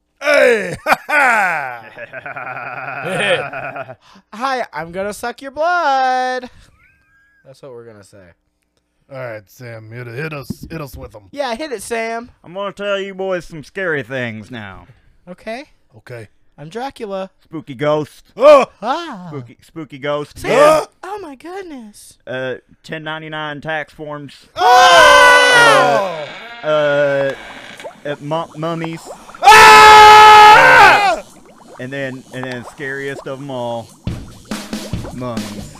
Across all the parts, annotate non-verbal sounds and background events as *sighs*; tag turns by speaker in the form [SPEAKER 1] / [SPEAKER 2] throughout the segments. [SPEAKER 1] *laughs* Hey!
[SPEAKER 2] Hi, I'm gonna suck your blood. That's what we're gonna say.
[SPEAKER 1] All right, Sam, hit, hit us, hit us with them.
[SPEAKER 2] Yeah, hit it, Sam.
[SPEAKER 3] I'm gonna tell you boys some scary things now.
[SPEAKER 2] Okay,
[SPEAKER 1] Okay.
[SPEAKER 2] I'm Dracula.
[SPEAKER 3] Spooky ghost,
[SPEAKER 1] Oh,
[SPEAKER 2] Ah.
[SPEAKER 3] spooky, spooky ghost.
[SPEAKER 1] ah,
[SPEAKER 2] Oh my goodness.
[SPEAKER 3] Uh, 1099 tax forms.
[SPEAKER 1] oh,
[SPEAKER 3] Uh, uh mu- mummies,
[SPEAKER 1] ah,
[SPEAKER 3] and then and then scariest of them all, mummies.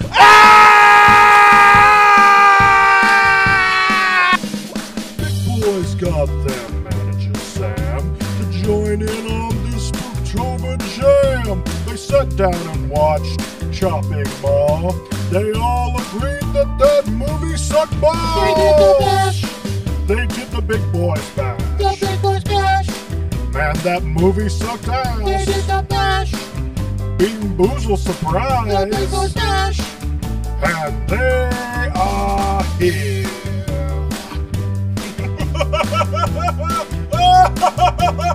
[SPEAKER 1] Big boys got their manager Sam to join in on this Spooktober jam. They sat down and watched Chopping Mall. They all agreed that that movie sucked balls. They did the big boys bash. Man, that movie sucked ass. Bean Boozle surprise. And they are here. *laughs*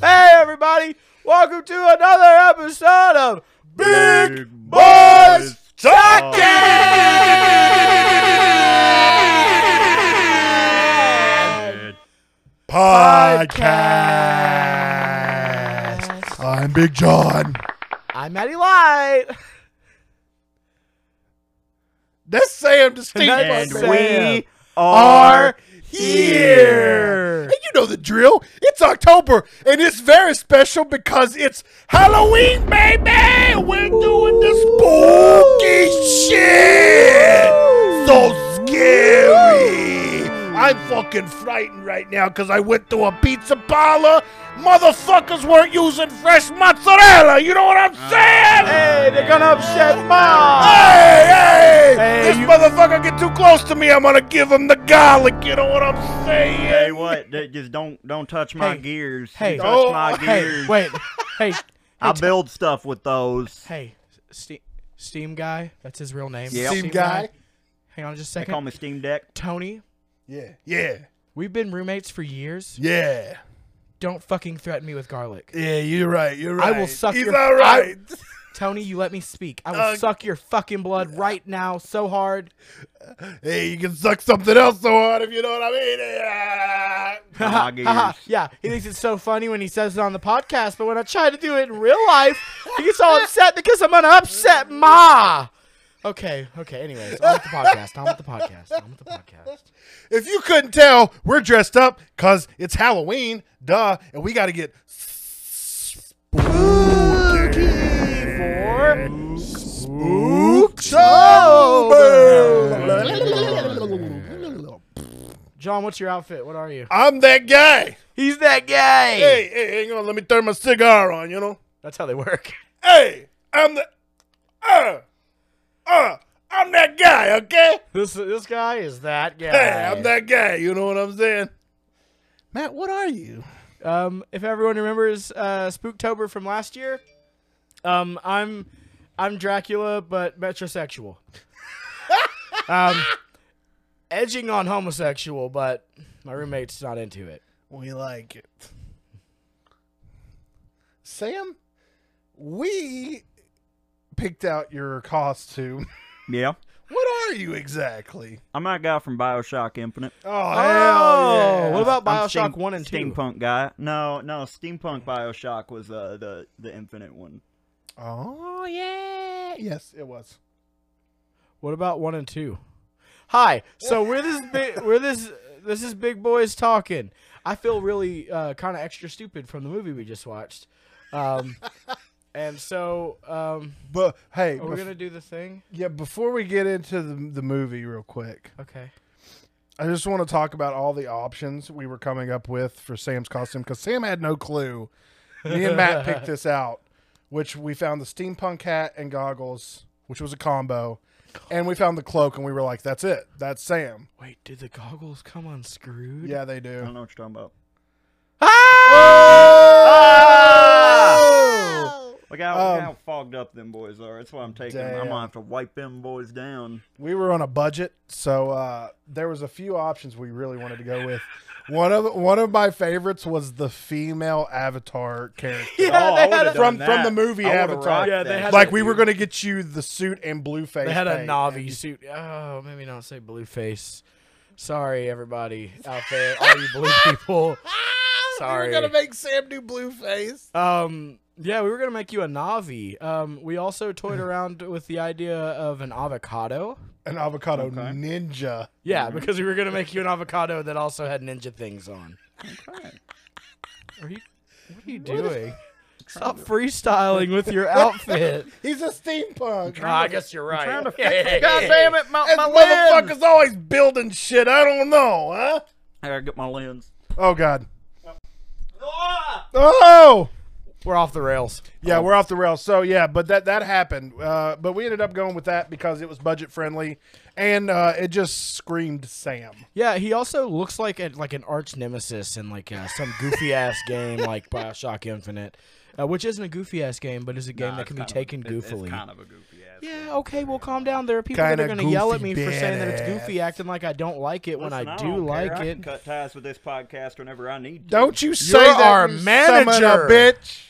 [SPEAKER 2] Hey, everybody! Welcome to another episode of
[SPEAKER 1] Big Boys Podcast. I'm Big John.
[SPEAKER 2] I'm Maddie Light.
[SPEAKER 1] That's Sam Distinct.
[SPEAKER 2] That's
[SPEAKER 3] And
[SPEAKER 1] Sam.
[SPEAKER 2] Sam.
[SPEAKER 3] we are
[SPEAKER 1] here. And you know the drill. It's October, and it's very special because it's Halloween, baby. We're doing the spooky shit. So scary. I'm fucking frightened right now because I went to a pizza parlor. Motherfuckers weren't using fresh mozzarella. You know what I'm saying?
[SPEAKER 2] Hey, they're gonna upset mom.
[SPEAKER 1] Hey, hey!
[SPEAKER 2] Hey,
[SPEAKER 1] this
[SPEAKER 2] you-
[SPEAKER 1] motherfucker get too close to me, I'm gonna give him the garlic. You know what I'm saying?
[SPEAKER 3] Hey, what? Th- Just don't don't touch my
[SPEAKER 2] Hey.
[SPEAKER 3] gears. You
[SPEAKER 2] Hey.
[SPEAKER 3] touch
[SPEAKER 1] Oh,
[SPEAKER 3] my
[SPEAKER 2] Hey,
[SPEAKER 3] gears.
[SPEAKER 2] wait. Hey,
[SPEAKER 3] I build stuff with those.
[SPEAKER 2] hey, Steam, Steam guy. That's his real name.
[SPEAKER 3] Yep.
[SPEAKER 1] Steam guy.
[SPEAKER 2] Hang on just a
[SPEAKER 3] They call
[SPEAKER 2] second.
[SPEAKER 3] me
[SPEAKER 2] *laughs*
[SPEAKER 3] Steam Deck.
[SPEAKER 2] Tony,
[SPEAKER 1] Yeah, yeah,
[SPEAKER 2] we've been roommates for years.
[SPEAKER 1] yeah,
[SPEAKER 2] Don't fucking threaten me with garlic.
[SPEAKER 1] yeah. You're right. You're
[SPEAKER 2] I
[SPEAKER 1] right.
[SPEAKER 2] will suck
[SPEAKER 1] He's
[SPEAKER 2] your-
[SPEAKER 1] all right.
[SPEAKER 2] Tony, you let me speak. I will
[SPEAKER 1] Uh,
[SPEAKER 2] suck your fucking blood right now so hard.
[SPEAKER 1] *laughs* hey, you can suck something else so hard if you know what I mean. Yeah.
[SPEAKER 3] My
[SPEAKER 2] Haha,
[SPEAKER 3] gears.
[SPEAKER 2] yeah, he thinks it's so funny when he says it on the podcast, but when I try to do it in real life, he gets all upset because I'm gonna upset Ma. Okay, okay. Anyways, on with the podcast. On with the podcast. On with the podcast.
[SPEAKER 1] If you couldn't tell, we're dressed up because it's Halloween, duh, and we got to get
[SPEAKER 2] For
[SPEAKER 1] spooktober.
[SPEAKER 2] John, what's your outfit? What are you?
[SPEAKER 1] I'm that guy.
[SPEAKER 2] He's that guy.
[SPEAKER 1] Hey, hey, hang on. Let me turn my cigar on, you know?
[SPEAKER 2] That's how they work. *laughs*
[SPEAKER 1] Hey, I'm the. Uh, uh, I'm that guy, okay?
[SPEAKER 2] This this guy is that guy.
[SPEAKER 1] Hey, I'm that guy. You know what I'm saying? Matt, what are you?
[SPEAKER 2] Um, if everyone remembers uh, Spooktober from last year, um, I'm I'm Dracula but metrosexual. um, edging on homosexual, but my roommate's not into it.
[SPEAKER 1] We like it. Sam, we picked out your costume. *laughs*
[SPEAKER 3] Yeah.
[SPEAKER 1] What are you exactly?
[SPEAKER 3] I'm that guy from Bioshock Infinite.
[SPEAKER 1] Oh,
[SPEAKER 2] Oh,
[SPEAKER 1] hell yeah.
[SPEAKER 2] what about
[SPEAKER 3] I'm
[SPEAKER 2] Bioshock
[SPEAKER 3] steam-
[SPEAKER 2] One and Two?
[SPEAKER 3] Steampunk guy. No, no, Steampunk Bioshock was uh, the the Infinite one.
[SPEAKER 1] Oh, yeah. Yes, it was.
[SPEAKER 2] What about One and Two? Hi. So we're this big. We're this. This is Big Boys talking. I feel really uh, kind of extra stupid from the movie we just watched. Um, and so, um,
[SPEAKER 1] But hey,
[SPEAKER 2] are we
[SPEAKER 1] bef-
[SPEAKER 2] gonna do the thing?
[SPEAKER 1] yeah, before we get into the, the movie real quick,
[SPEAKER 2] Okay.
[SPEAKER 1] I just want to talk about all the options we were coming up with for Sam's costume because Sam had no clue. Me and Matt picked this out, which we found the steampunk hat and goggles, which was a combo, and we found the cloak, and we were like, "That's it. That's Sam."
[SPEAKER 2] Wait, did the goggles come unscrewed?
[SPEAKER 1] Yeah, they
[SPEAKER 3] I don't
[SPEAKER 1] do.
[SPEAKER 3] know what you're talking about.
[SPEAKER 2] Ah!
[SPEAKER 3] Look how,
[SPEAKER 1] Um,
[SPEAKER 3] look how fogged up them boys are. That's why I'm taking. I'm
[SPEAKER 1] Damn.
[SPEAKER 3] gonna have to wipe them boys down.
[SPEAKER 1] we were on a budget, so uh, there was a few options we really wanted to go with. One of one of my favorites was the female avatar
[SPEAKER 3] *laughs*
[SPEAKER 1] character.
[SPEAKER 2] *laughs* Yeah,
[SPEAKER 3] oh, I
[SPEAKER 2] they had a-
[SPEAKER 3] would've done
[SPEAKER 1] From- from
[SPEAKER 3] that.
[SPEAKER 1] the movie
[SPEAKER 3] I would've
[SPEAKER 1] Avatar.
[SPEAKER 3] rocked
[SPEAKER 2] Yeah,
[SPEAKER 3] that
[SPEAKER 2] they had
[SPEAKER 3] shit,
[SPEAKER 1] Like we were
[SPEAKER 3] dude.
[SPEAKER 1] gonna get you the suit and blue face.
[SPEAKER 2] They had a
[SPEAKER 1] paint.
[SPEAKER 2] Navi suit. Oh, maybe don't say blue face. Sorry, everybody out there, all you *laughs* blue people.
[SPEAKER 1] We
[SPEAKER 2] Sorry.
[SPEAKER 1] were gonna make Sam do blue face.
[SPEAKER 2] Um, yeah, we were gonna make you a Navi. Um, we also *laughs* toyed around with the idea of an avocado.
[SPEAKER 1] An avocado
[SPEAKER 3] Okay.
[SPEAKER 1] ninja.
[SPEAKER 2] Yeah, because we were gonna make you an avocado that also had ninja things on. Are you? What are you doing? Stop freestyling with your *laughs* outfit.
[SPEAKER 1] He's a steampunk.
[SPEAKER 2] Ah, I guess you're right.
[SPEAKER 3] trying to
[SPEAKER 2] Yeah, yeah, yeah,
[SPEAKER 3] God
[SPEAKER 2] yeah.
[SPEAKER 3] damn it, my,
[SPEAKER 1] This
[SPEAKER 3] my
[SPEAKER 1] motherfucker's
[SPEAKER 3] lens.
[SPEAKER 1] always building shit. I don't know, huh?
[SPEAKER 3] I gotta get my lens.
[SPEAKER 1] Oh god.
[SPEAKER 3] Ah!
[SPEAKER 1] Oh.
[SPEAKER 2] We're off the rails.
[SPEAKER 1] Yeah, we're off the rails. So yeah, but that that happened. Uh, but we ended up going with that because it was budget friendly, and uh, it just screamed Sam.
[SPEAKER 2] Yeah, he also looks like a, like an arch nemesis in like uh, some
[SPEAKER 3] *laughs*
[SPEAKER 2] goofy ass game like Bioshock Infinite, uh, which isn't a goofy ass game, but is a game
[SPEAKER 3] Nah,
[SPEAKER 2] that
[SPEAKER 3] it's
[SPEAKER 2] can be
[SPEAKER 3] kind of-
[SPEAKER 2] taken
[SPEAKER 3] it-
[SPEAKER 2] goofily.
[SPEAKER 3] It's kind of a goofy ass.
[SPEAKER 2] yeah, okay, well, calm down. There are people that
[SPEAKER 1] Kinda
[SPEAKER 2] are going to yell at me
[SPEAKER 1] goofy
[SPEAKER 2] for saying that it's
[SPEAKER 1] badass.
[SPEAKER 2] goofy, acting like I don't like it when
[SPEAKER 3] Listen,
[SPEAKER 2] I
[SPEAKER 3] I
[SPEAKER 2] do
[SPEAKER 3] don't care.
[SPEAKER 2] like
[SPEAKER 3] I
[SPEAKER 2] it.
[SPEAKER 3] Can cut ties with this podcast whenever I need. To.
[SPEAKER 1] Don't you say that,
[SPEAKER 2] our
[SPEAKER 1] you son of
[SPEAKER 2] manager.
[SPEAKER 1] a bitch.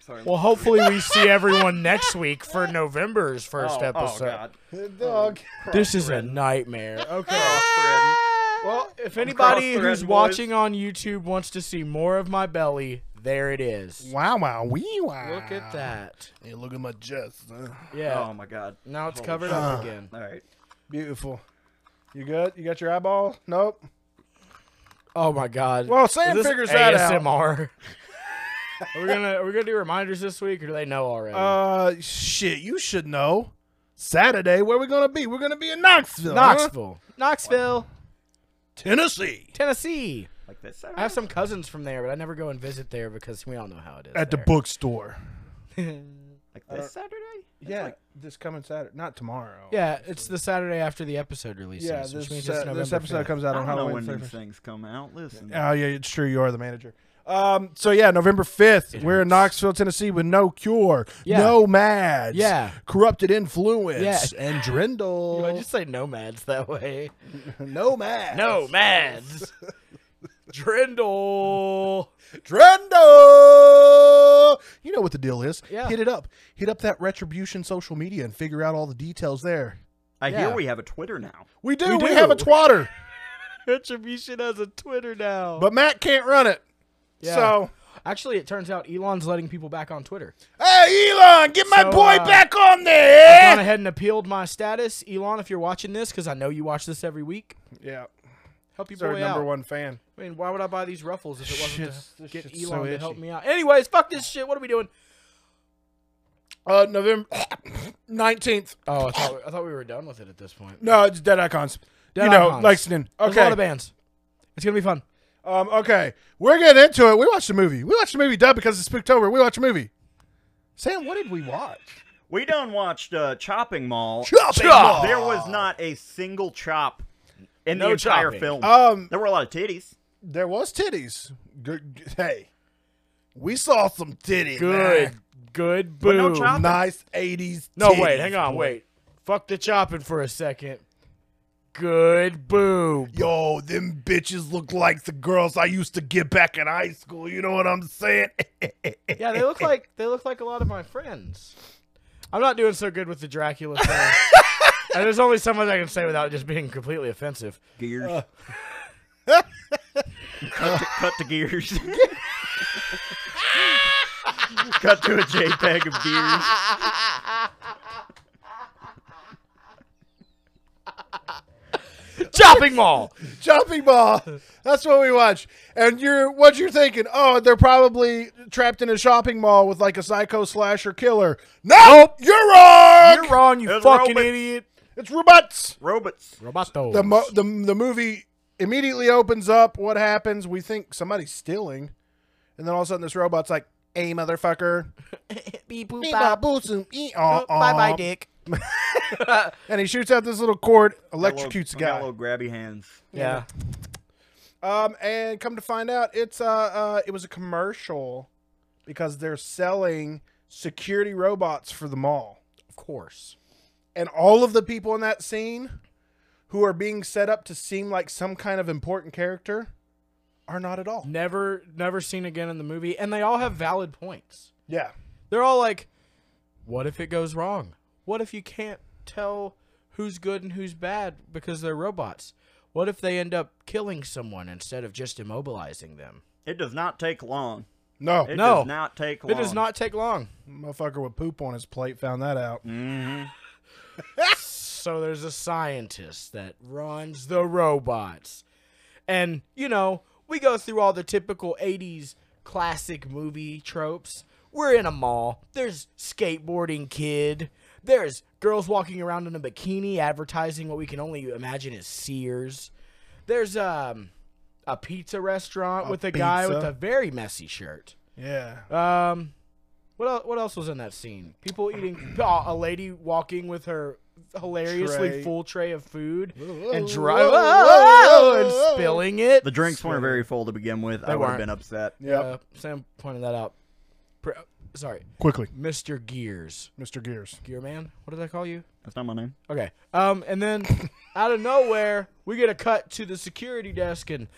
[SPEAKER 3] Sorry.
[SPEAKER 2] Well, hopefully we
[SPEAKER 3] *laughs*
[SPEAKER 2] see everyone next week for November's first
[SPEAKER 3] oh,
[SPEAKER 2] episode.
[SPEAKER 3] Oh, God.
[SPEAKER 1] Dog.
[SPEAKER 2] This is a
[SPEAKER 3] *laughs*
[SPEAKER 2] nightmare. Okay.
[SPEAKER 3] Cross-threading.
[SPEAKER 2] Well, if anybody
[SPEAKER 3] cross-threading,
[SPEAKER 2] who's
[SPEAKER 3] boys.
[SPEAKER 2] watching on YouTube wants to see more of my belly, there it is.
[SPEAKER 1] Wow, wow, wee, wow.
[SPEAKER 2] Look at that.
[SPEAKER 1] Hey, look at my chest. huh?
[SPEAKER 2] Yeah.
[SPEAKER 3] Oh my God.
[SPEAKER 2] Now it's
[SPEAKER 3] Holy
[SPEAKER 2] covered
[SPEAKER 3] shit.
[SPEAKER 1] Uh.
[SPEAKER 2] up again.
[SPEAKER 3] All right.
[SPEAKER 1] Beautiful. You good? You got your eyeball? Nope.
[SPEAKER 2] Oh my god.
[SPEAKER 1] Well, Sam
[SPEAKER 2] Is this
[SPEAKER 1] figures that out.
[SPEAKER 2] ASMR? *laughs* are we gonna are we gonna do reminders this week, or do they know already?
[SPEAKER 1] Uh, shit. You should know. Saturday, where we gonna be? We're gonna be in Knoxville, huh?
[SPEAKER 2] Knoxville, Knoxville,
[SPEAKER 1] Tennessee,
[SPEAKER 2] Tennessee.
[SPEAKER 3] Like this.
[SPEAKER 2] I have some cousins from there, but I never go and visit there because we all know how it is.
[SPEAKER 1] at the
[SPEAKER 2] there.
[SPEAKER 1] bookstore.
[SPEAKER 3] Like this Saturday. That's
[SPEAKER 1] Yeah,
[SPEAKER 3] Like,
[SPEAKER 1] this coming Saturday, not tomorrow.
[SPEAKER 2] *laughs* Yeah, it's the Saturday after the episode releases,
[SPEAKER 1] Yeah,
[SPEAKER 2] which
[SPEAKER 1] this,
[SPEAKER 2] means
[SPEAKER 1] uh,
[SPEAKER 2] it's
[SPEAKER 1] this
[SPEAKER 2] November
[SPEAKER 1] episode
[SPEAKER 2] 5th.
[SPEAKER 1] comes out
[SPEAKER 3] I
[SPEAKER 1] on
[SPEAKER 3] don't know when
[SPEAKER 1] Halloween.
[SPEAKER 3] these
[SPEAKER 1] 31st.
[SPEAKER 3] things come out. Listen.
[SPEAKER 1] Oh yeah, it's true. You are the manager. Um, so yeah, November fifth,
[SPEAKER 2] It
[SPEAKER 1] we're in
[SPEAKER 2] hurts.
[SPEAKER 1] Knoxville, Tennessee, with no cure,
[SPEAKER 2] Yeah.
[SPEAKER 1] no mads,
[SPEAKER 2] Yeah.
[SPEAKER 1] corrupted influence,
[SPEAKER 2] Yeah.
[SPEAKER 1] and
[SPEAKER 2] You might
[SPEAKER 1] Drindle,
[SPEAKER 2] just say nomads that way. *laughs*
[SPEAKER 1] no mads, *laughs*
[SPEAKER 2] Nomads. Drindle. *laughs*
[SPEAKER 1] Drindle. You know what the deal is.
[SPEAKER 2] Yeah.
[SPEAKER 1] hit it up, hit up that retribution social media, and figure out all the details there.
[SPEAKER 3] I
[SPEAKER 2] Yeah.
[SPEAKER 3] hear we have a Twitter now.
[SPEAKER 1] We do.
[SPEAKER 2] We
[SPEAKER 1] We,
[SPEAKER 2] do.
[SPEAKER 1] have a twatter,
[SPEAKER 2] Retribution has a Twitter now.
[SPEAKER 1] but Matt can't run it.
[SPEAKER 2] Yeah.
[SPEAKER 1] So
[SPEAKER 2] Actually, it turns out Elon's letting people back on Twitter.
[SPEAKER 1] hey, Elon, get my
[SPEAKER 2] So,
[SPEAKER 1] boy
[SPEAKER 2] uh,
[SPEAKER 1] back on
[SPEAKER 2] I've
[SPEAKER 1] there.
[SPEAKER 2] gone ahead and appealed my status. Elon, if you're watching this, because I know you watch this every week,
[SPEAKER 1] Yeah,
[SPEAKER 2] help you
[SPEAKER 1] he's our
[SPEAKER 2] boy
[SPEAKER 1] number
[SPEAKER 2] out.
[SPEAKER 1] one fan.
[SPEAKER 2] I mean, why would I buy these ruffles if it wasn't
[SPEAKER 1] Shit's-
[SPEAKER 2] to
[SPEAKER 1] this
[SPEAKER 2] get
[SPEAKER 1] shit's so
[SPEAKER 2] Elon to
[SPEAKER 1] itchy.
[SPEAKER 2] help me out? Anyways, fuck this shit. What are we doing?
[SPEAKER 1] Uh, November *coughs* nineteenth.
[SPEAKER 2] Oh, I thought, I thought we were done with it at this point.
[SPEAKER 1] No, it's Dead Icons.
[SPEAKER 2] Dead
[SPEAKER 1] you know,
[SPEAKER 2] Icons.
[SPEAKER 1] Lexington.
[SPEAKER 2] There's a lot of
[SPEAKER 1] Okay.
[SPEAKER 2] bands. It's gonna be fun.
[SPEAKER 1] Um, okay. We're getting into it. We watched a movie. We watched a movie, duh, because it's Spooktober. We watched a movie. Sam, what did we watch?
[SPEAKER 3] We done watched uh, Chopping Mall.
[SPEAKER 1] Chopping Mall.
[SPEAKER 3] There was not a single chop in
[SPEAKER 2] No
[SPEAKER 3] the entire
[SPEAKER 2] chopping.
[SPEAKER 3] film.
[SPEAKER 1] Um,
[SPEAKER 3] there were a lot of titties.
[SPEAKER 1] there was titties. Good. g- Hey, we saw some titties. man.
[SPEAKER 2] good
[SPEAKER 3] But no
[SPEAKER 2] boom.
[SPEAKER 3] chopping.
[SPEAKER 1] Nice eighties.
[SPEAKER 2] No, wait, hang on, wait. Fuck the chopping for a second. Good boob.
[SPEAKER 1] Yo, them bitches look like the girls I used to get back in high school. You know what I'm saying? *laughs*
[SPEAKER 2] Yeah, they look like they look like a lot of my friends. I'm not doing so good with the Dracula thing. and there's only so much I can say without just being completely offensive.
[SPEAKER 3] Gears. *laughs* cut, to, cut to gears. cut to a JPEG of gears.
[SPEAKER 2] Chopping mall.
[SPEAKER 1] Chopping Mall. That's what we watch. And you're what you're thinking? Oh, they're probably trapped in a shopping mall with like a psycho slasher killer. Nope, you're wrong.
[SPEAKER 2] You're wrong, you
[SPEAKER 3] It's
[SPEAKER 2] fucking
[SPEAKER 3] Robert.
[SPEAKER 2] idiot.
[SPEAKER 1] It's robots.
[SPEAKER 3] Robots.
[SPEAKER 2] Roboto.
[SPEAKER 1] The, *laughs* mo- the the movie immediately opens up. What happens? We think somebody's stealing, and then all of a sudden this robot's like, "Hey, motherfucker." Bye
[SPEAKER 2] bye, dick.
[SPEAKER 1] And he shoots out this little cord,
[SPEAKER 3] Got little-
[SPEAKER 1] electrocutes a
[SPEAKER 3] got
[SPEAKER 1] guy.
[SPEAKER 3] Little grabby hands.
[SPEAKER 2] Yeah.
[SPEAKER 1] Um, and come to find out, it's uh, uh it was a commercial because they're selling security robots for the mall.
[SPEAKER 2] Of course.
[SPEAKER 1] And all of the people in that scene who are being set up to seem like some kind of important character are not at all.
[SPEAKER 2] Never, never seen again in the movie, and they all have valid points.
[SPEAKER 1] Yeah.
[SPEAKER 2] They're all like, "What if it goes wrong? What if you can't tell who's good and who's bad because they're robots? What if they end up killing someone instead of just immobilizing them?"
[SPEAKER 3] It does not take long.
[SPEAKER 1] No.
[SPEAKER 3] It
[SPEAKER 2] No.
[SPEAKER 3] does not take long.
[SPEAKER 2] It does not take long.
[SPEAKER 1] Motherfucker with poop on his plate found that out.
[SPEAKER 2] Mm. So there's a scientist that runs the robots. And, you know, we go through all the typical 80s classic movie tropes. We're in a mall. There's skateboarding kid. There's girls walking around in a bikini advertising what we can only imagine is Sears. There's um a pizza restaurant with a guy with
[SPEAKER 1] pizza.
[SPEAKER 2] a very messy shirt.
[SPEAKER 1] Yeah.
[SPEAKER 2] Um, what else, what else was in that scene? People eating. *clears throat* oh, a lady walking with her hilariously
[SPEAKER 1] Tray.
[SPEAKER 2] full tray of food and
[SPEAKER 1] whoa,
[SPEAKER 2] dry
[SPEAKER 1] whoa, whoa,
[SPEAKER 2] and
[SPEAKER 1] whoa.
[SPEAKER 2] spilling it.
[SPEAKER 3] The drinks weren't very full to begin with. I would
[SPEAKER 2] weren't.
[SPEAKER 3] have been upset.
[SPEAKER 1] Yep.
[SPEAKER 2] Uh, Sam pointed that out. Pr- Sorry,
[SPEAKER 1] Quickly,
[SPEAKER 2] Mr. Gears,
[SPEAKER 1] Mr. Gears.
[SPEAKER 2] Gear Man. What did I call you?
[SPEAKER 3] That's not my name.
[SPEAKER 2] Okay. Um, and
[SPEAKER 1] *laughs*
[SPEAKER 2] then out of nowhere, we get a cut to the security desk, and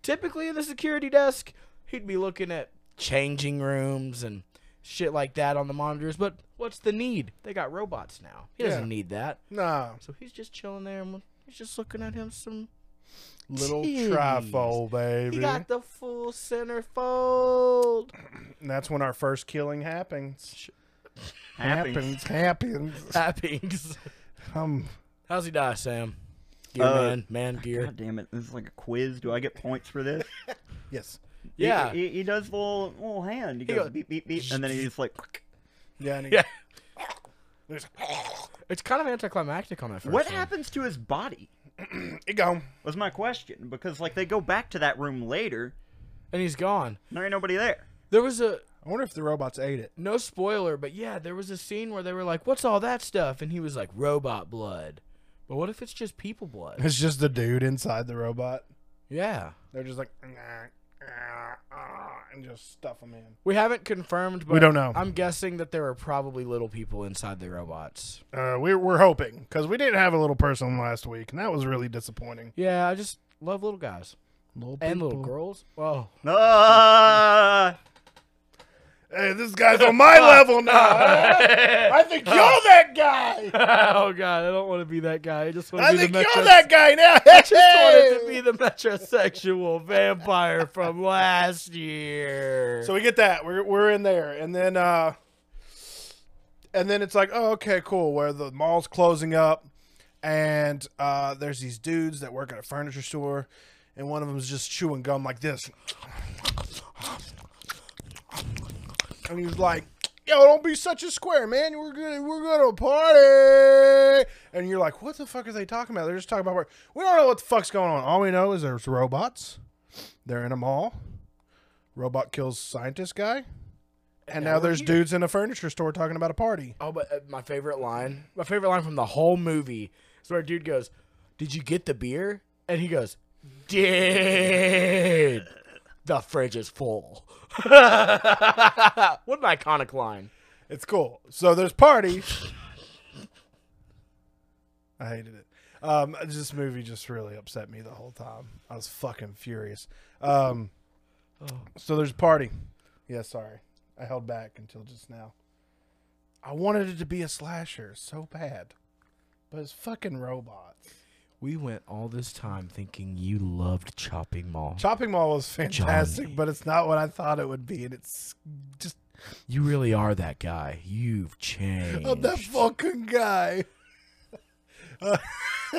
[SPEAKER 2] typically in the security desk, he'd be looking at changing rooms and shit like that on the monitors. But what's the need? They got robots now. He doesn't
[SPEAKER 1] Yeah.
[SPEAKER 2] need that,
[SPEAKER 1] Nah.
[SPEAKER 2] so he's just chilling there and he's just looking at him some.
[SPEAKER 1] Little
[SPEAKER 2] Jeez.
[SPEAKER 1] trifold, baby.
[SPEAKER 2] He got the full centerfold.
[SPEAKER 1] and that's when our first killing happens.
[SPEAKER 3] Happy.
[SPEAKER 1] Happens. Happens.
[SPEAKER 2] *laughs* Happings.
[SPEAKER 1] Um,
[SPEAKER 2] How's he die, Sam? Gear
[SPEAKER 3] Uh,
[SPEAKER 2] man, man
[SPEAKER 1] *laughs*
[SPEAKER 2] gear.
[SPEAKER 3] God damn it! This is like a quiz. Do I get points for this?
[SPEAKER 1] yes.
[SPEAKER 2] Yeah.
[SPEAKER 3] He, he, he does the little little hand. He, goes,
[SPEAKER 2] goes-
[SPEAKER 3] beep beep beep, and then he's just like,
[SPEAKER 1] Yeah. And he,
[SPEAKER 2] Yeah.
[SPEAKER 1] There's-
[SPEAKER 2] It's kind of anticlimactic on that first
[SPEAKER 3] "What
[SPEAKER 2] one.
[SPEAKER 3] happens to his body?"
[SPEAKER 1] *clears throat* It gone.
[SPEAKER 3] Was my question because like they go back to that room later.
[SPEAKER 2] And he's gone.
[SPEAKER 3] and There ain't nobody *laughs* there.
[SPEAKER 2] There was a
[SPEAKER 1] I wonder if the robots ate it. *laughs*
[SPEAKER 2] no spoiler, but yeah, there was a scene where they were like, "What's all that stuff?" and he was like, "Robot blood." But what if it's just people blood?
[SPEAKER 1] *laughs* It's just the dude inside the robot.
[SPEAKER 2] yeah.
[SPEAKER 1] They're just like, "Nah, ah, ah," and just stuff them in.
[SPEAKER 2] We haven't confirmed, but
[SPEAKER 1] We don't know.
[SPEAKER 2] I'm guessing that there are probably little people inside the robots.
[SPEAKER 1] Uh, we're, we're hoping because we didn't have a little person last week, and that was really disappointing.
[SPEAKER 2] Yeah, I just love little guys and little girls.
[SPEAKER 1] *laughs*
[SPEAKER 2] Whoa. *laughs*
[SPEAKER 3] Ah!
[SPEAKER 1] Hey, this guy's on
[SPEAKER 2] *laughs*
[SPEAKER 1] my level now. I think you're that guy.
[SPEAKER 2] oh god, I don't want to be that guy. I just want
[SPEAKER 1] I think you're
[SPEAKER 2] *laughs*
[SPEAKER 1] that guy now. Hey!
[SPEAKER 2] the metrosexual vampire from last year.
[SPEAKER 1] So we get that. We're we're in there, and then uh, and then it's like, oh, okay, cool. Where the mall's closing up, and uh, there's these dudes that work at a furniture store, and one of them's just chewing gum like this, and he's like. Yo, don't be such a square, man. We're gonna we're gonna party, and you're like, what the fuck are they talking about? They're just talking about work. We don't know what the fuck's going on. All we know is there's robots. They're in a mall. Robot kills scientist guy. And now,
[SPEAKER 2] we're
[SPEAKER 1] there's
[SPEAKER 2] here.
[SPEAKER 1] dudes in a furniture store talking about a party.
[SPEAKER 2] Oh, but uh, my favorite line, my favorite line from the whole movie is where a dude goes, "Did you get the beer?" And he goes, "Did." The fridge is full. *laughs* what an iconic line.
[SPEAKER 1] It's cool. So there's party. I hated it. Um, this movie just really upset me the whole time. I was fucking furious. Um, so there's party. Yeah, sorry. I held back until just now. I wanted it to be a slasher so bad, but it's fucking robots.
[SPEAKER 2] We went all this time thinking you loved chopping mall.
[SPEAKER 1] Chopping Mall was fantastic,
[SPEAKER 2] Johnny.
[SPEAKER 1] but it's not what I thought it would be, and it's just
[SPEAKER 2] you really are that guy. You've changed.
[SPEAKER 1] I'm that fucking guy. *laughs* Uh,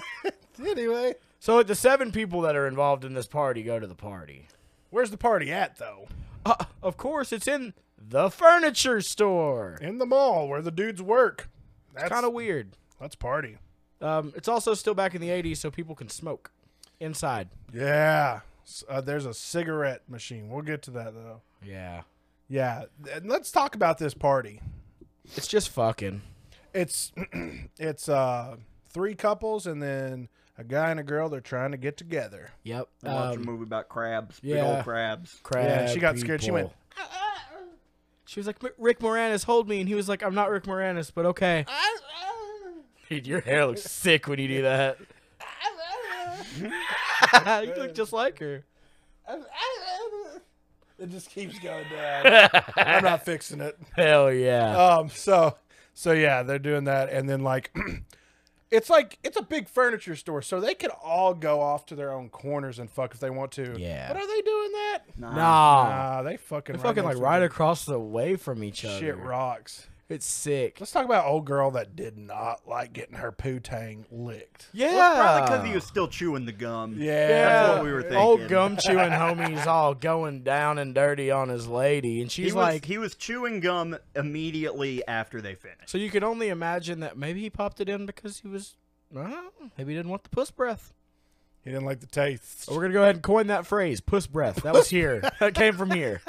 [SPEAKER 1] *laughs* anyway,
[SPEAKER 2] so the seven people that are involved in this party go to the party.
[SPEAKER 1] where's the party at though?
[SPEAKER 2] Uh, of course, it's in the furniture store.
[SPEAKER 1] In the mall where the dudes work. That's
[SPEAKER 2] Kind of weird.
[SPEAKER 1] let's party.
[SPEAKER 2] Um, it's also still back in the 80s, so people can smoke inside.
[SPEAKER 1] Yeah, S- uh, there's a cigarette machine. We'll get to that though.
[SPEAKER 2] Yeah.
[SPEAKER 1] Yeah, and let's talk about this party.
[SPEAKER 2] It's just fucking.
[SPEAKER 1] It's *clears throat* it's uh three couples and then a guy and a girl. They're trying to get together.
[SPEAKER 2] Yep.
[SPEAKER 3] I watched a
[SPEAKER 2] Um,
[SPEAKER 3] movie about crabs. Big
[SPEAKER 2] yeah.
[SPEAKER 3] old crabs.
[SPEAKER 2] crab
[SPEAKER 1] Yeah, she got scared. She
[SPEAKER 2] people.
[SPEAKER 1] went,
[SPEAKER 2] She was like, "M- Rick Moranis, hold me. And he was like, I'm not Rick Moranis, but okay.
[SPEAKER 1] I, I,
[SPEAKER 2] Dude, your hair looks sick when you do that. *laughs* you look just like her.
[SPEAKER 1] it just keeps going down. I'm not fixing it.
[SPEAKER 2] Hell yeah.
[SPEAKER 1] Um, so so yeah, they're doing that, and then like, *clears throat* it's like it's a big furniture store, so they could all go off to their own corners and fuck if they want to.
[SPEAKER 2] Yeah.
[SPEAKER 1] but are they doing that?
[SPEAKER 3] Nah.
[SPEAKER 2] Nah.
[SPEAKER 1] Nah, they fucking
[SPEAKER 2] They're fucking
[SPEAKER 1] next
[SPEAKER 2] like
[SPEAKER 1] to
[SPEAKER 2] right
[SPEAKER 1] each
[SPEAKER 2] across the way from each
[SPEAKER 1] other.
[SPEAKER 2] other.
[SPEAKER 1] Shit rocks.
[SPEAKER 2] It's sick.
[SPEAKER 1] Let's talk about old girl that did not like getting her poo-tang licked.
[SPEAKER 2] Yeah.
[SPEAKER 3] Well, probably because he was still chewing the gum.
[SPEAKER 1] Yeah,
[SPEAKER 2] Yeah.
[SPEAKER 3] That's what we were thinking.
[SPEAKER 2] Old
[SPEAKER 3] *laughs*
[SPEAKER 2] gum chewing homie's all going down and dirty on his lady, and
[SPEAKER 3] He
[SPEAKER 2] she's
[SPEAKER 3] was,
[SPEAKER 2] like,
[SPEAKER 3] he was chewing gum immediately after they finished.
[SPEAKER 2] so you could only imagine that maybe he popped it in because he was, I don't know, maybe he didn't want the puss breath.
[SPEAKER 1] He didn't like the taste.
[SPEAKER 2] But we're gonna go ahead and coin that phrase, puss breath. That was
[SPEAKER 3] *laughs*
[SPEAKER 2] here. that came from here.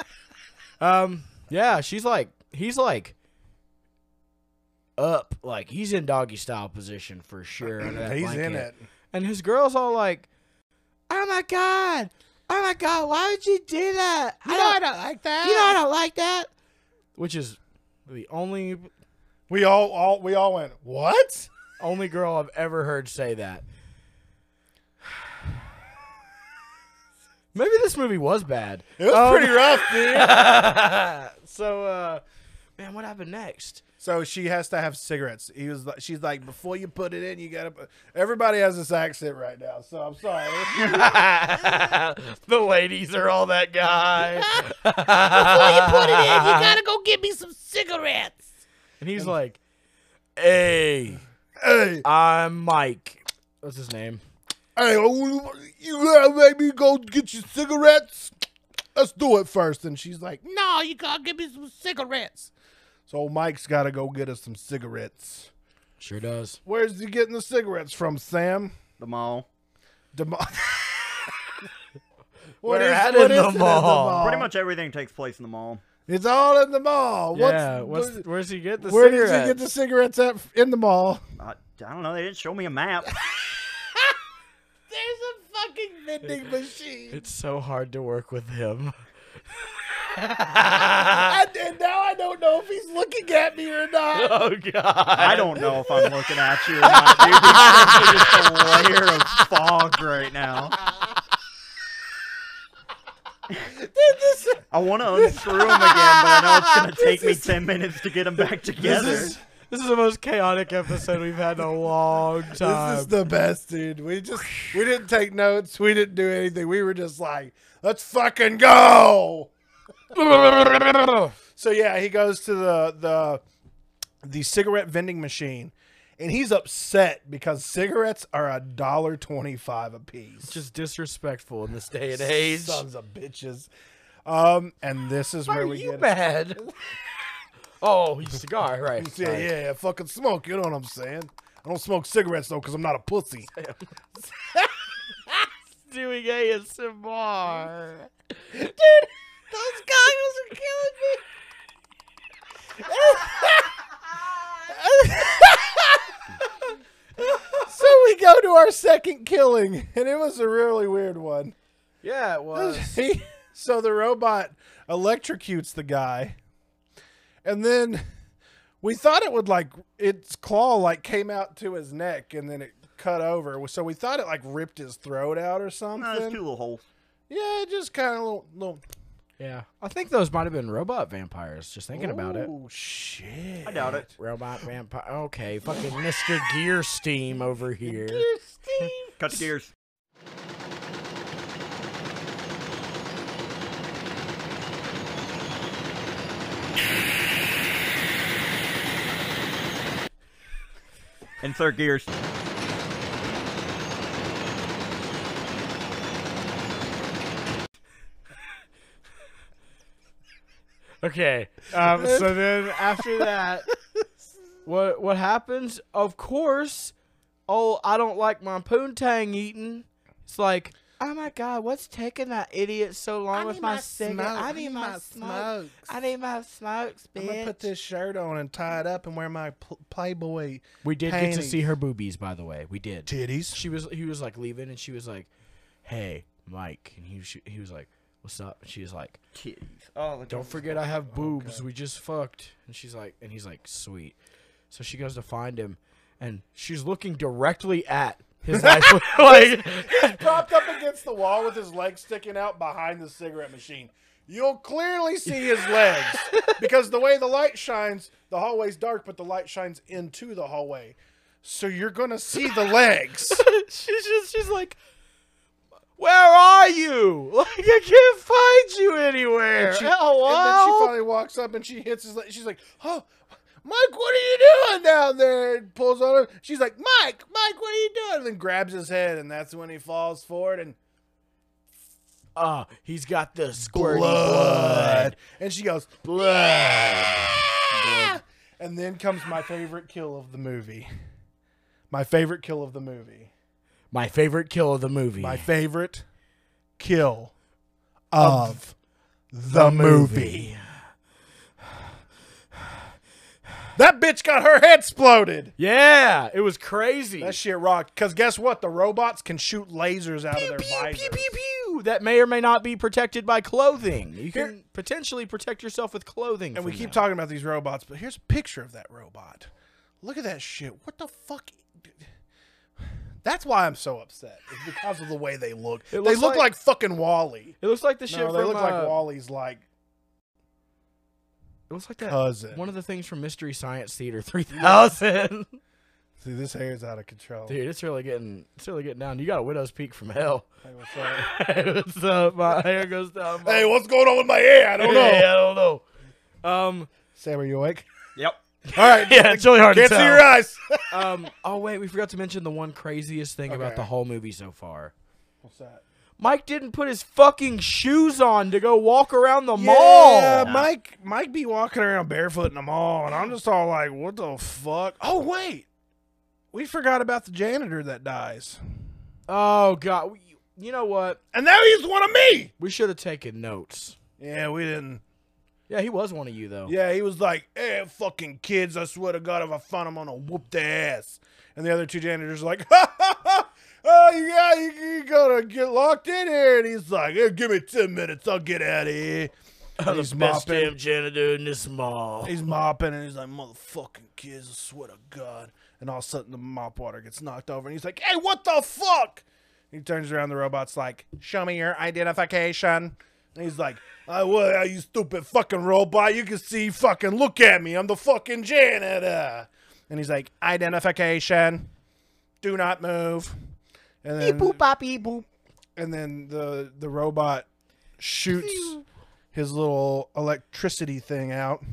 [SPEAKER 2] Um, yeah, she's like, he's like. Up, like he's in doggy style position for
[SPEAKER 3] *clears throat*
[SPEAKER 2] sure. under that
[SPEAKER 1] He's in
[SPEAKER 2] blanket.
[SPEAKER 1] it.
[SPEAKER 2] And his girl's all like, "Oh my god, oh my god, why would you do that? I don't,
[SPEAKER 1] like that.
[SPEAKER 2] you know I don't like that." Ah. Which is the only
[SPEAKER 1] we all, all we all went. What?
[SPEAKER 2] only girl I've ever heard say that. Maybe this movie was bad.
[SPEAKER 1] It was
[SPEAKER 2] Um,
[SPEAKER 1] pretty rough, dude.
[SPEAKER 2] *laughs* so, uh, man, what happened next?
[SPEAKER 1] So she has to have cigarettes. He was like, she's like, before you put it in, you gotta. Put... Everybody has this accent right now, so I'm *laughs* sorry.
[SPEAKER 2] *laughs* the ladies are all that guy. *laughs*
[SPEAKER 1] *laughs* go get me some cigarettes.
[SPEAKER 2] and he's like, "Hey,
[SPEAKER 1] Hey,
[SPEAKER 2] I'm Mike. What's his name?
[SPEAKER 1] hey, oh, you gotta make me go get you cigarettes. Let's do it first. And she's like, no, you gotta give me some cigarettes. So Mike's gotta go get us some cigarettes.
[SPEAKER 2] Sure does.
[SPEAKER 1] Where's he getting the cigarettes from, Sam?
[SPEAKER 3] The mall.
[SPEAKER 1] Demo- *laughs*
[SPEAKER 2] We're at
[SPEAKER 1] what
[SPEAKER 2] in the
[SPEAKER 1] it
[SPEAKER 2] mall.
[SPEAKER 3] Pretty much everything takes place in the mall.
[SPEAKER 1] It's all in the mall. What's-
[SPEAKER 2] yeah. What's,
[SPEAKER 1] what-
[SPEAKER 2] where's he get the
[SPEAKER 1] where
[SPEAKER 2] cigarettes?
[SPEAKER 1] did you get the cigarettes at in the mall?
[SPEAKER 3] I, I don't know. They didn't show me
[SPEAKER 2] *laughs*
[SPEAKER 3] a map.
[SPEAKER 1] There's a fucking vending machine.
[SPEAKER 2] *laughs* It's so hard to work with
[SPEAKER 1] *laughs*
[SPEAKER 2] him. Oh,
[SPEAKER 1] I, and now I don't know if he's looking at me or not.
[SPEAKER 2] *laughs* Oh god.
[SPEAKER 3] I don't know if I'm looking at you or not, dude. It's *laughs* just a layer of fog right now.
[SPEAKER 1] this,
[SPEAKER 3] I want to unscrew them again, but I know it's
[SPEAKER 2] *laughs*
[SPEAKER 3] going to take me 10 minutes to get them back
[SPEAKER 2] This
[SPEAKER 3] together.
[SPEAKER 2] is this is the most chaotic episode we've had in a long
[SPEAKER 1] *laughs*
[SPEAKER 2] time.
[SPEAKER 1] this is the best, dude. We just we didn't take notes. We didn't do anything. We were just like, let's fucking go. *laughs* so yeah, he goes to the the the cigarette vending machine, and he's upset because cigarettes are a dollar twenty five a piece.
[SPEAKER 2] just disrespectful in this day and age.
[SPEAKER 1] Sons of bitches. Um, and this is where
[SPEAKER 2] Are
[SPEAKER 1] we
[SPEAKER 2] you
[SPEAKER 1] get
[SPEAKER 2] mad? oh, he's cigar, right?
[SPEAKER 1] *laughs* Yeah,
[SPEAKER 2] right.
[SPEAKER 1] yeah, yeah, fucking smoke. You know what I'm saying? I don't smoke cigarettes though, cause I'm not a *laughs* pussy.
[SPEAKER 2] Doing ASMR.
[SPEAKER 1] Those goggles are killing me. so we go to our second killing, and it was a really weird one.
[SPEAKER 2] *laughs* Yeah, it was.
[SPEAKER 1] He- *laughs* so the robot electrocutes the guy, and then we thought it would like its claw like came out to his neck, and then it cut over. So we thought it like ripped his throat out or something.
[SPEAKER 3] No, there's two little holes.
[SPEAKER 1] yeah, it just kind of little little.
[SPEAKER 2] Yeah. I think those might have been robot vampires, just thinking about it.
[SPEAKER 1] Oh shit!
[SPEAKER 3] I doubt it.
[SPEAKER 2] Robot vampire. Okay, fucking *laughs* Mr. Gear Steam over here.
[SPEAKER 3] Cut the gears. Insert gears.
[SPEAKER 2] Okay. Um, so then after *laughs* that, what what happens? Of course, oh, I don't like my poontang eating. It's like, oh my god, what's taking that idiot so long with my, cigarette? I need my smoke. I need my smokes,
[SPEAKER 1] *laughs* I'm gonna
[SPEAKER 2] bitch.
[SPEAKER 1] put this shirt on and tie it up and wear my pl- Playboy
[SPEAKER 2] we did get to
[SPEAKER 1] panties.
[SPEAKER 2] see her boobies, by the way. We did.
[SPEAKER 1] titties.
[SPEAKER 2] she was he was like leaving and she was like hey mike and he was, he was like what's up? And she's like,
[SPEAKER 3] Kitties. Oh, look
[SPEAKER 2] don't
[SPEAKER 3] at-
[SPEAKER 2] forget I have boobs. We just fucked. And she's like, and he's like, sweet. So she goes to find him, and she's looking directly at
[SPEAKER 1] *laughs*
[SPEAKER 2] his life. like,
[SPEAKER 1] propped up against the wall with his legs sticking out behind the cigarette machine. You'll clearly see his *laughs* legs because the way the light shines, the hallway's dark, but the light shines into the hallway. So you're going to see the legs.
[SPEAKER 2] she's just, she's like, where are you? Like, I can't find you anywhere.
[SPEAKER 1] She-
[SPEAKER 2] Hello?
[SPEAKER 1] And then she finally walks up and she hits his leg. She's like, oh, Mike, what are you doing down there? And pulls on him. She's like, Mike, Mike, what are you doing? And then grabs his head, and that's when he falls forward and
[SPEAKER 2] Ah, he's got the squirty
[SPEAKER 1] blood.
[SPEAKER 2] blood.
[SPEAKER 1] And she goes,
[SPEAKER 2] Blood.
[SPEAKER 1] And then comes my favorite kill of the movie. My favorite kill of the movie.
[SPEAKER 2] My favorite kill of the movie.
[SPEAKER 1] My favorite kill of the movie. That bitch got her head exploded.
[SPEAKER 2] yeah, it was crazy.
[SPEAKER 1] That shit rocked. Cause guess what? The robots can shoot lasers out of their visors.
[SPEAKER 2] pew. That may or may not be protected by clothing. You can potentially protect yourself with clothing.
[SPEAKER 1] And we
[SPEAKER 2] from
[SPEAKER 1] keep
[SPEAKER 2] that.
[SPEAKER 1] talking about these robots, but here's a picture of that robot. Look at that shit. What the fuck? That's why I'm so upset. It's because of the way they look. They
[SPEAKER 2] looks
[SPEAKER 1] look like,
[SPEAKER 2] like-
[SPEAKER 1] fucking Wally.
[SPEAKER 2] It looks like the shit
[SPEAKER 1] No,
[SPEAKER 2] from.
[SPEAKER 1] they look like
[SPEAKER 2] uh,
[SPEAKER 1] Wally's like
[SPEAKER 2] it looks like that.
[SPEAKER 1] cousin.
[SPEAKER 2] One of the things from Mystery Science Theater 3000.
[SPEAKER 1] See, this hair is out of control.
[SPEAKER 2] *laughs* Dude, it's really getting, it's really getting down. You got a widow's peak from hell. *laughs*
[SPEAKER 1] Hey, what's up?
[SPEAKER 2] What's up? My hair goes down. my-
[SPEAKER 1] Hey, what's going on with my hair? I *laughs* don't know.
[SPEAKER 2] Hey, I don't know.
[SPEAKER 1] *laughs*
[SPEAKER 2] Um,
[SPEAKER 1] Sam, are you awake?
[SPEAKER 3] Yep.
[SPEAKER 1] All *laughs* right.
[SPEAKER 2] yeah, it's really hard
[SPEAKER 1] Can't
[SPEAKER 2] to
[SPEAKER 1] see
[SPEAKER 2] tell.
[SPEAKER 1] your eyes.
[SPEAKER 2] Um, oh wait, we forgot to mention the one craziest thing about
[SPEAKER 1] Okay.
[SPEAKER 2] the whole movie so far.
[SPEAKER 1] *laughs* what's that?
[SPEAKER 2] Mike didn't put his fucking shoes on to go walk around the
[SPEAKER 1] Yeah,
[SPEAKER 2] mall.
[SPEAKER 1] Mike. Mike be walking around barefoot in the mall, and I'm just all like, "What the fuck?" Oh wait, we forgot about the janitor that dies,
[SPEAKER 2] Oh god, We- you know what?
[SPEAKER 1] and now he's one of me.
[SPEAKER 2] We should have taken notes.
[SPEAKER 1] Yeah, we didn't.
[SPEAKER 2] Yeah, he was one of you though.
[SPEAKER 1] Yeah, he was like, "Hey, fucking kids! I swear to God, if I find them, I'm gonna whoop their ass." And the other two janitors are like, *laughs* "Ha ha ha! Oh yeah, you, you gotta get locked in here." And he's like, "Hey, "Give me ten minutes, I'll get out of here."
[SPEAKER 2] I'm
[SPEAKER 1] He's mopping.
[SPEAKER 2] janitor in this mall.
[SPEAKER 1] He's mopping and he's like, motherfucking kids, I swear to God. And all of a sudden the mop water gets knocked over and he's like, hey, what the fuck? He turns around, the robot's like, show me your identification. And he's like, I will, you stupid fucking robot. You can see, fucking look at me. I'm the fucking janitor. And he's like, identification. Do not move. And then, And then the, the robot shoots his little electricity thing out.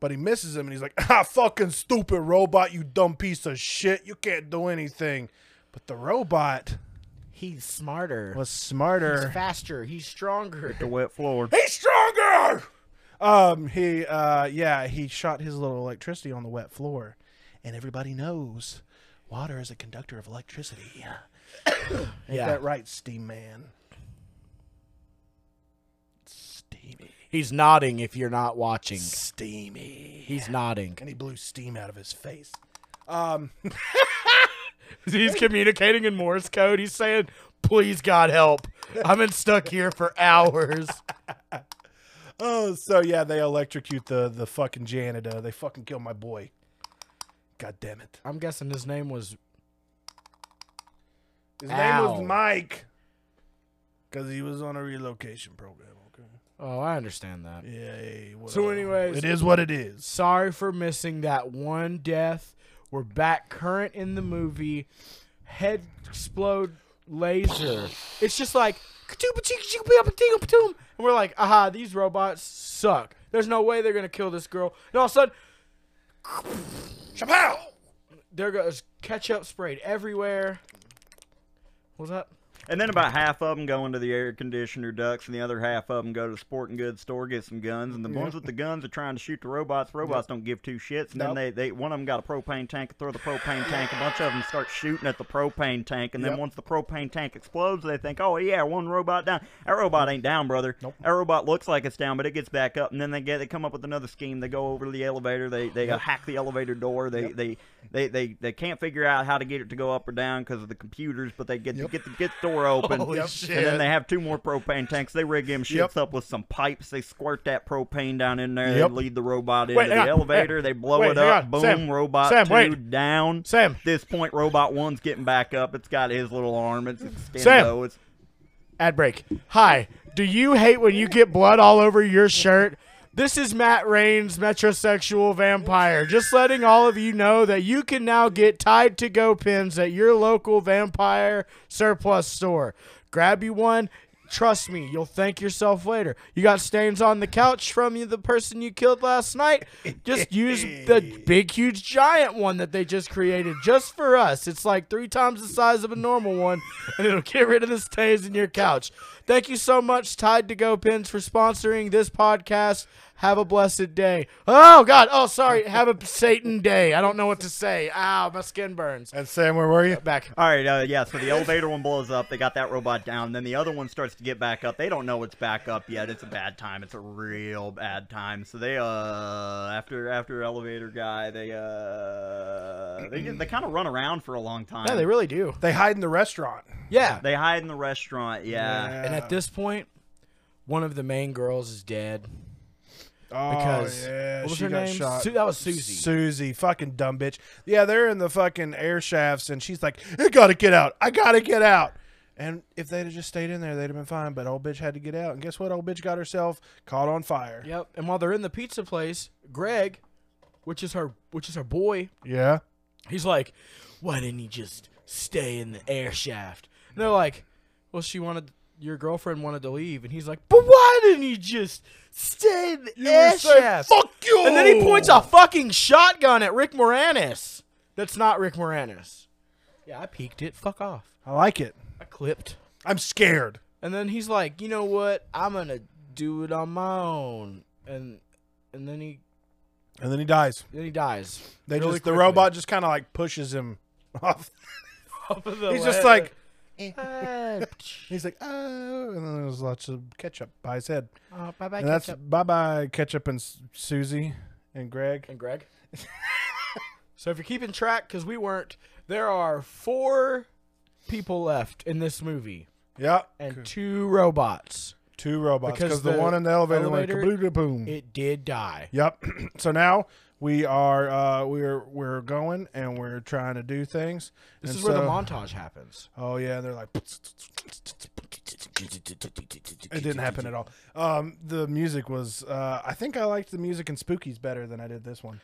[SPEAKER 1] But he misses him and he's like, *laughs* ah, fucking stupid robot, you dumb piece of shit. You can't do anything. But the robot
[SPEAKER 2] He's smarter.
[SPEAKER 1] was
[SPEAKER 2] He's
[SPEAKER 1] smarter.
[SPEAKER 2] faster. He's stronger.
[SPEAKER 3] The wet floor.
[SPEAKER 1] He's stronger! Um, he, uh, yeah, he shot his little electricity on the wet floor. And everybody knows water is a conductor of electricity. *coughs* Ain't
[SPEAKER 2] Yeah.
[SPEAKER 1] that right, Steam Man? Steamy.
[SPEAKER 2] He's nodding if you're not watching.
[SPEAKER 1] Steamy.
[SPEAKER 2] He's nodding.
[SPEAKER 1] and he blew steam out of his face. Um,
[SPEAKER 2] *laughs*
[SPEAKER 1] *laughs*
[SPEAKER 2] He's communicating in Morse code. He's saying, "Please God help. I've been stuck here for hours."
[SPEAKER 1] oh, so yeah, they electrocute the the fucking janitor. They fucking kill my boy. God damn it!
[SPEAKER 2] I'm guessing his name was
[SPEAKER 1] His name was
[SPEAKER 2] Ow.
[SPEAKER 1] Mike, because he was on a relocation program. Okay.
[SPEAKER 2] Oh, I understand that.
[SPEAKER 1] Yeah.
[SPEAKER 2] So anyways-
[SPEAKER 1] it is what it is.
[SPEAKER 2] Sorry for missing that one death. We're back current in the movie. Head explode laser. It's just like and we're like, aha, these robots suck. There's no way they're gonna kill this girl. And all of a sudden,
[SPEAKER 1] Chappelle.
[SPEAKER 2] there goes ketchup sprayed everywhere. What was that?
[SPEAKER 3] And then about half of them go into the air conditioner ducts, and the other half of them go to the sporting goods store get some guns. And the ones
[SPEAKER 1] *laughs*
[SPEAKER 3] with the guns are trying to shoot the robots. Robots don't give two shits. And
[SPEAKER 1] Nope.
[SPEAKER 3] then they, they one of them got a propane tank, throw the propane tank. A bunch of them start shooting at the propane tank. And then
[SPEAKER 1] Yep.
[SPEAKER 3] once the propane tank explodes, they think, oh yeah, one robot down. That robot ain't down, brother.
[SPEAKER 1] Nope.
[SPEAKER 3] That robot looks like it's down, but it gets back up. And then they get they come up with another scheme. They go over to the elevator. They they uh, hack the elevator door. They they They, they they can't figure out how to get it to go up or down because of the computers, but they get
[SPEAKER 1] Yep.
[SPEAKER 3] get the get the door open,
[SPEAKER 1] Holy
[SPEAKER 3] and
[SPEAKER 1] shit.
[SPEAKER 3] then they have two more propane tanks. They rig them shits
[SPEAKER 1] Yep.
[SPEAKER 3] up with some pipes. They squirt that propane down in there.
[SPEAKER 1] Yep.
[SPEAKER 3] They lead the robot into
[SPEAKER 2] Wait,
[SPEAKER 3] the
[SPEAKER 2] hang on.
[SPEAKER 3] elevator.
[SPEAKER 2] Hey.
[SPEAKER 3] They blow
[SPEAKER 2] Wait,
[SPEAKER 3] it
[SPEAKER 2] hang
[SPEAKER 3] up.
[SPEAKER 2] on.
[SPEAKER 3] Boom.
[SPEAKER 2] Sam.
[SPEAKER 3] robot
[SPEAKER 2] Sam,
[SPEAKER 3] two
[SPEAKER 2] wait.
[SPEAKER 3] down.
[SPEAKER 2] Sam.
[SPEAKER 3] At this point, robot one's getting back up. It's got his little arm. It's extended.
[SPEAKER 2] Sam.
[SPEAKER 3] though. It's
[SPEAKER 2] Ad break. Hi. Do you hate when you get blood all over your shirt? This is Matt Rain's metrosexual vampire. Just letting all of you know that you can now get tied to go pins at your local vampire surplus store. Grab you one. Trust me, you'll thank yourself later. You got stains on the couch from you, the person you killed last night. Just use the big, huge, giant one that they just created just for us. It's like three times the size of a normal one, and it'll get rid of the stains in your couch. Thank you so much, Tide to Go Pins, for sponsoring this podcast. Have a blessed day. Oh God! Oh, sorry. Have a Satan day. I don't know what to say. Ow, my skin burns.
[SPEAKER 1] And Sam, where were you?
[SPEAKER 2] Back.
[SPEAKER 3] All right, uh, yeah. So the elevator one blows up. They got that robot down. Then the other one starts to get back up. They don't know it's back up yet. It's a bad time. It's a real bad time. So they uh after after elevator guy they uh they just, they kind of run around for a long time.
[SPEAKER 2] Yeah, they really do.
[SPEAKER 1] They hide in the restaurant.
[SPEAKER 2] Yeah.
[SPEAKER 3] They hide in the restaurant. Yeah.
[SPEAKER 2] And at this point, one of the main girls is dead.
[SPEAKER 1] Oh,
[SPEAKER 2] because
[SPEAKER 1] yeah,
[SPEAKER 2] what was
[SPEAKER 1] she
[SPEAKER 2] her
[SPEAKER 1] got
[SPEAKER 2] name?
[SPEAKER 1] shot.
[SPEAKER 2] Su- that was Susie.
[SPEAKER 1] Susie, fucking dumb bitch. Yeah, they're in the fucking air shafts, and she's like, "I gotta get out! I gotta get out!" And if they'd have just stayed in there, they'd have been fine. But old bitch had to get out, and guess what? Old bitch got herself caught on fire.
[SPEAKER 2] yep. And while they're in the pizza place, Greg, which is her, which is her boy,
[SPEAKER 1] Yeah,
[SPEAKER 2] he's like, "Why didn't you just stay in the air shaft?" And they're like, "Well, she wanted." Your girlfriend wanted to leave, and he's like, "But why didn't you just stay in the air shaft?"
[SPEAKER 1] "Fuck you!"
[SPEAKER 2] And then he points a fucking shotgun at Rick Moranis. That's not Rick Moranis. Yeah, I peeked it. Fuck off.
[SPEAKER 1] I like it.
[SPEAKER 2] I clipped.
[SPEAKER 1] I'm scared.
[SPEAKER 2] And then he's like, you know what? I'm gonna do it on my own. And and then he
[SPEAKER 1] And then he dies.
[SPEAKER 2] then he dies.
[SPEAKER 1] They
[SPEAKER 2] Really
[SPEAKER 1] just the
[SPEAKER 2] quickly.
[SPEAKER 1] robot just kind of like pushes him *laughs* off.
[SPEAKER 2] *laughs* Off of the
[SPEAKER 1] He's just
[SPEAKER 2] ladder.
[SPEAKER 1] like,
[SPEAKER 2] Ah,
[SPEAKER 1] he's like, oh, and then there's lots of ketchup by his head.
[SPEAKER 2] oh, bye bye
[SPEAKER 1] And that's bye bye ketchup and S- Susie and Greg. *laughs*
[SPEAKER 2] and Greg. so if you're keeping track, because we weren't, there are four people left in this movie
[SPEAKER 1] Yeah,
[SPEAKER 2] and two robots.
[SPEAKER 1] two robots
[SPEAKER 2] because
[SPEAKER 1] because the,
[SPEAKER 2] the
[SPEAKER 1] one in the elevator,
[SPEAKER 2] elevator-
[SPEAKER 1] went kaboom boom.
[SPEAKER 2] It did die.
[SPEAKER 1] Yep. *clears throat* so now we are uh, we're we're going and we're trying to do things.
[SPEAKER 2] This
[SPEAKER 1] And
[SPEAKER 2] is where the
[SPEAKER 1] so-
[SPEAKER 2] montage happens.
[SPEAKER 1] Oh yeah, and they're like it didn't happen at all.
[SPEAKER 2] *laughs*
[SPEAKER 1] Um, the music was uh, I think I liked the music in Spookies better than I did this one.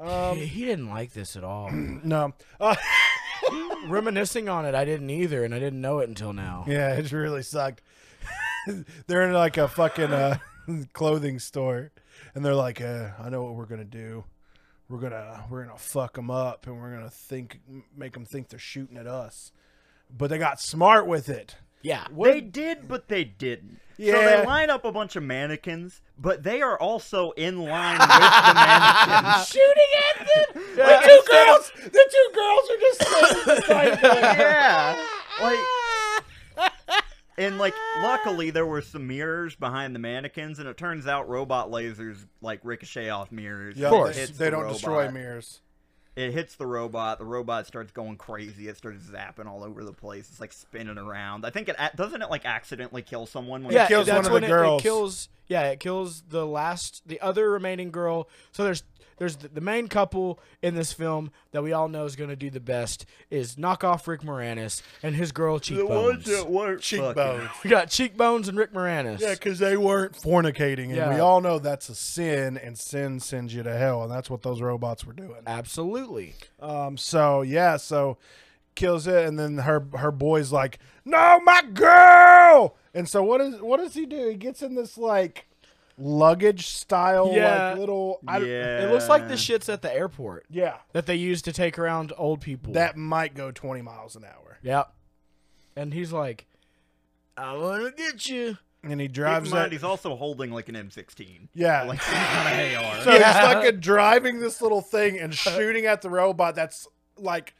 [SPEAKER 1] *clears throat*
[SPEAKER 2] he, he didn't like this at *clears throat* all.
[SPEAKER 1] No. Uh,
[SPEAKER 2] Reminiscing on it, I didn't either, and I didn't know it until now.
[SPEAKER 1] yeah, it really sucked. *laughs* they're in like a fucking uh, *laughs* clothing store and they're like, uh, I know what we're going to do. We're going to we're going to fuck them up and we're going to think make them think they're shooting at us. But they got smart with it.
[SPEAKER 2] Yeah.
[SPEAKER 3] They did, but they didn't. So
[SPEAKER 1] Yeah.
[SPEAKER 3] they line up a bunch of mannequins, but they are also in line with the
[SPEAKER 2] *laughs*
[SPEAKER 3] mannequins.
[SPEAKER 2] shooting at them.
[SPEAKER 3] Like,
[SPEAKER 2] two
[SPEAKER 3] instead of-
[SPEAKER 2] the two girls are just *laughs*
[SPEAKER 3] yeah. Like and like luckily there were some mirrors behind the mannequins and it turns out robot lasers like ricochet off mirrors.
[SPEAKER 1] Yeah,
[SPEAKER 3] It
[SPEAKER 1] they,
[SPEAKER 3] hits
[SPEAKER 1] they
[SPEAKER 3] the
[SPEAKER 1] don't destroy
[SPEAKER 3] robot.
[SPEAKER 1] mirrors.
[SPEAKER 3] It hits the robot. The robot starts going crazy. It starts zapping all over the place. It's like spinning around. I think it a- doesn't it like accidentally kill someone when
[SPEAKER 2] yeah,
[SPEAKER 3] it
[SPEAKER 1] kills
[SPEAKER 2] that's
[SPEAKER 1] one of the
[SPEAKER 2] when it-
[SPEAKER 1] girls.
[SPEAKER 2] It, kills. Yeah, it kills the last, the other remaining girl. So there's there's the, the main couple in this film that we all know is going to do the best is knockoff Rick Moranis and his girl cheekbones.
[SPEAKER 3] weren't
[SPEAKER 1] Cheekbones.
[SPEAKER 2] we got cheekbones and Rick Moranis.
[SPEAKER 1] Yeah, because they weren't fornicating, and we
[SPEAKER 2] Yeah.
[SPEAKER 1] all know that's a sin, and sin sends you to hell, and that's what those robots were doing.
[SPEAKER 2] absolutely.
[SPEAKER 1] Um, so yeah, so kills it, and then her her boy's like, "No, my girl!" And so what is what does he do? He gets in this like luggage style,
[SPEAKER 2] Yeah.
[SPEAKER 1] like little, I, yeah,
[SPEAKER 3] Yeah.
[SPEAKER 2] It looks like the shits at the airport
[SPEAKER 1] yeah,
[SPEAKER 2] that they use to take around old people.
[SPEAKER 1] that might go twenty miles an hour,
[SPEAKER 2] Yep. And he's like, I want to get you.
[SPEAKER 1] and he
[SPEAKER 3] Keep in
[SPEAKER 1] drives
[SPEAKER 3] mind,
[SPEAKER 1] that.
[SPEAKER 3] he's also holding like an M16.
[SPEAKER 1] Yeah,
[SPEAKER 3] Like some kind of AR.
[SPEAKER 1] So
[SPEAKER 2] Yeah.
[SPEAKER 1] he's *laughs* fucking driving this little thing
[SPEAKER 3] *laughs*
[SPEAKER 1] and shooting at the robot that's like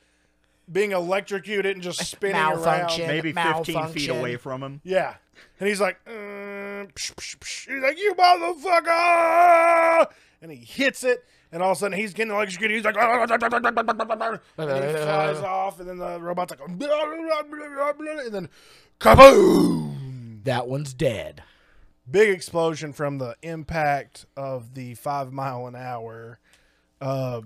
[SPEAKER 1] being electrocuted and just spinning
[SPEAKER 2] Malfunction.
[SPEAKER 1] around.
[SPEAKER 3] maybe 15 feet
[SPEAKER 2] malfunction.
[SPEAKER 3] away from him.
[SPEAKER 1] Yeah. And he's like, mm, psh, psh, psh. he's like, you motherfucker! And he hits it, and all of a sudden he's getting electrocuted. He's like, and he flies off, and then the robot's like, and then kaboom!
[SPEAKER 2] That one's dead.
[SPEAKER 1] Big explosion from the impact of the five mile an hour uh,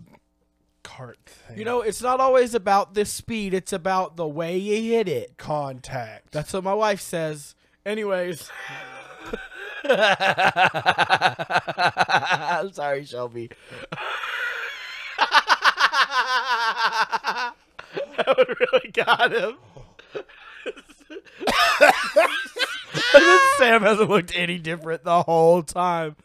[SPEAKER 1] cart thing.
[SPEAKER 2] You know, it's not always about the speed, it's about the way you hit it.
[SPEAKER 1] contact.
[SPEAKER 2] That's what my wife says. Anyways. *laughs* I'm sorry, *laughs* Shelby. that would really got him. And then *laughs* Sam hasn't looked any different the whole time.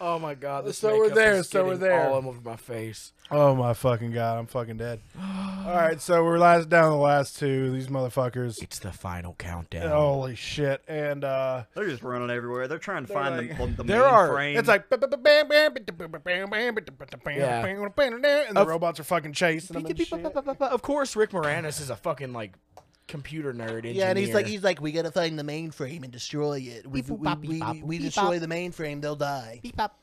[SPEAKER 2] Oh my god! This
[SPEAKER 1] So we're
[SPEAKER 2] makeup
[SPEAKER 1] there,
[SPEAKER 2] is
[SPEAKER 1] so we're
[SPEAKER 2] getting
[SPEAKER 1] there.
[SPEAKER 2] All over my face.
[SPEAKER 1] Oh my fucking god, I'm fucking dead. All right, so we're last down to the last two. These motherfuckers.
[SPEAKER 2] It's the final countdown.
[SPEAKER 1] Holy shit! And uh,
[SPEAKER 3] They're just running everywhere. They're trying to find
[SPEAKER 1] like-
[SPEAKER 3] the, the
[SPEAKER 2] There
[SPEAKER 3] main
[SPEAKER 2] are-
[SPEAKER 3] frame.
[SPEAKER 1] it's like bam, bam, bam, bam, bam, bam, bam, and the
[SPEAKER 2] Of-
[SPEAKER 1] robots are fucking chasing them. And shit.
[SPEAKER 2] Of course, Rick Moranis is a fucking like computer nerd. Engineer.
[SPEAKER 4] Yeah, and he's like, he's like, we gotta find the mainframe and destroy it. We
[SPEAKER 5] Beep-boop,
[SPEAKER 4] we,
[SPEAKER 5] bop,
[SPEAKER 4] we,
[SPEAKER 5] beep-bop,
[SPEAKER 4] we, we
[SPEAKER 5] beep-bop.
[SPEAKER 4] destroy the mainframe, they'll die.
[SPEAKER 5] Beep up.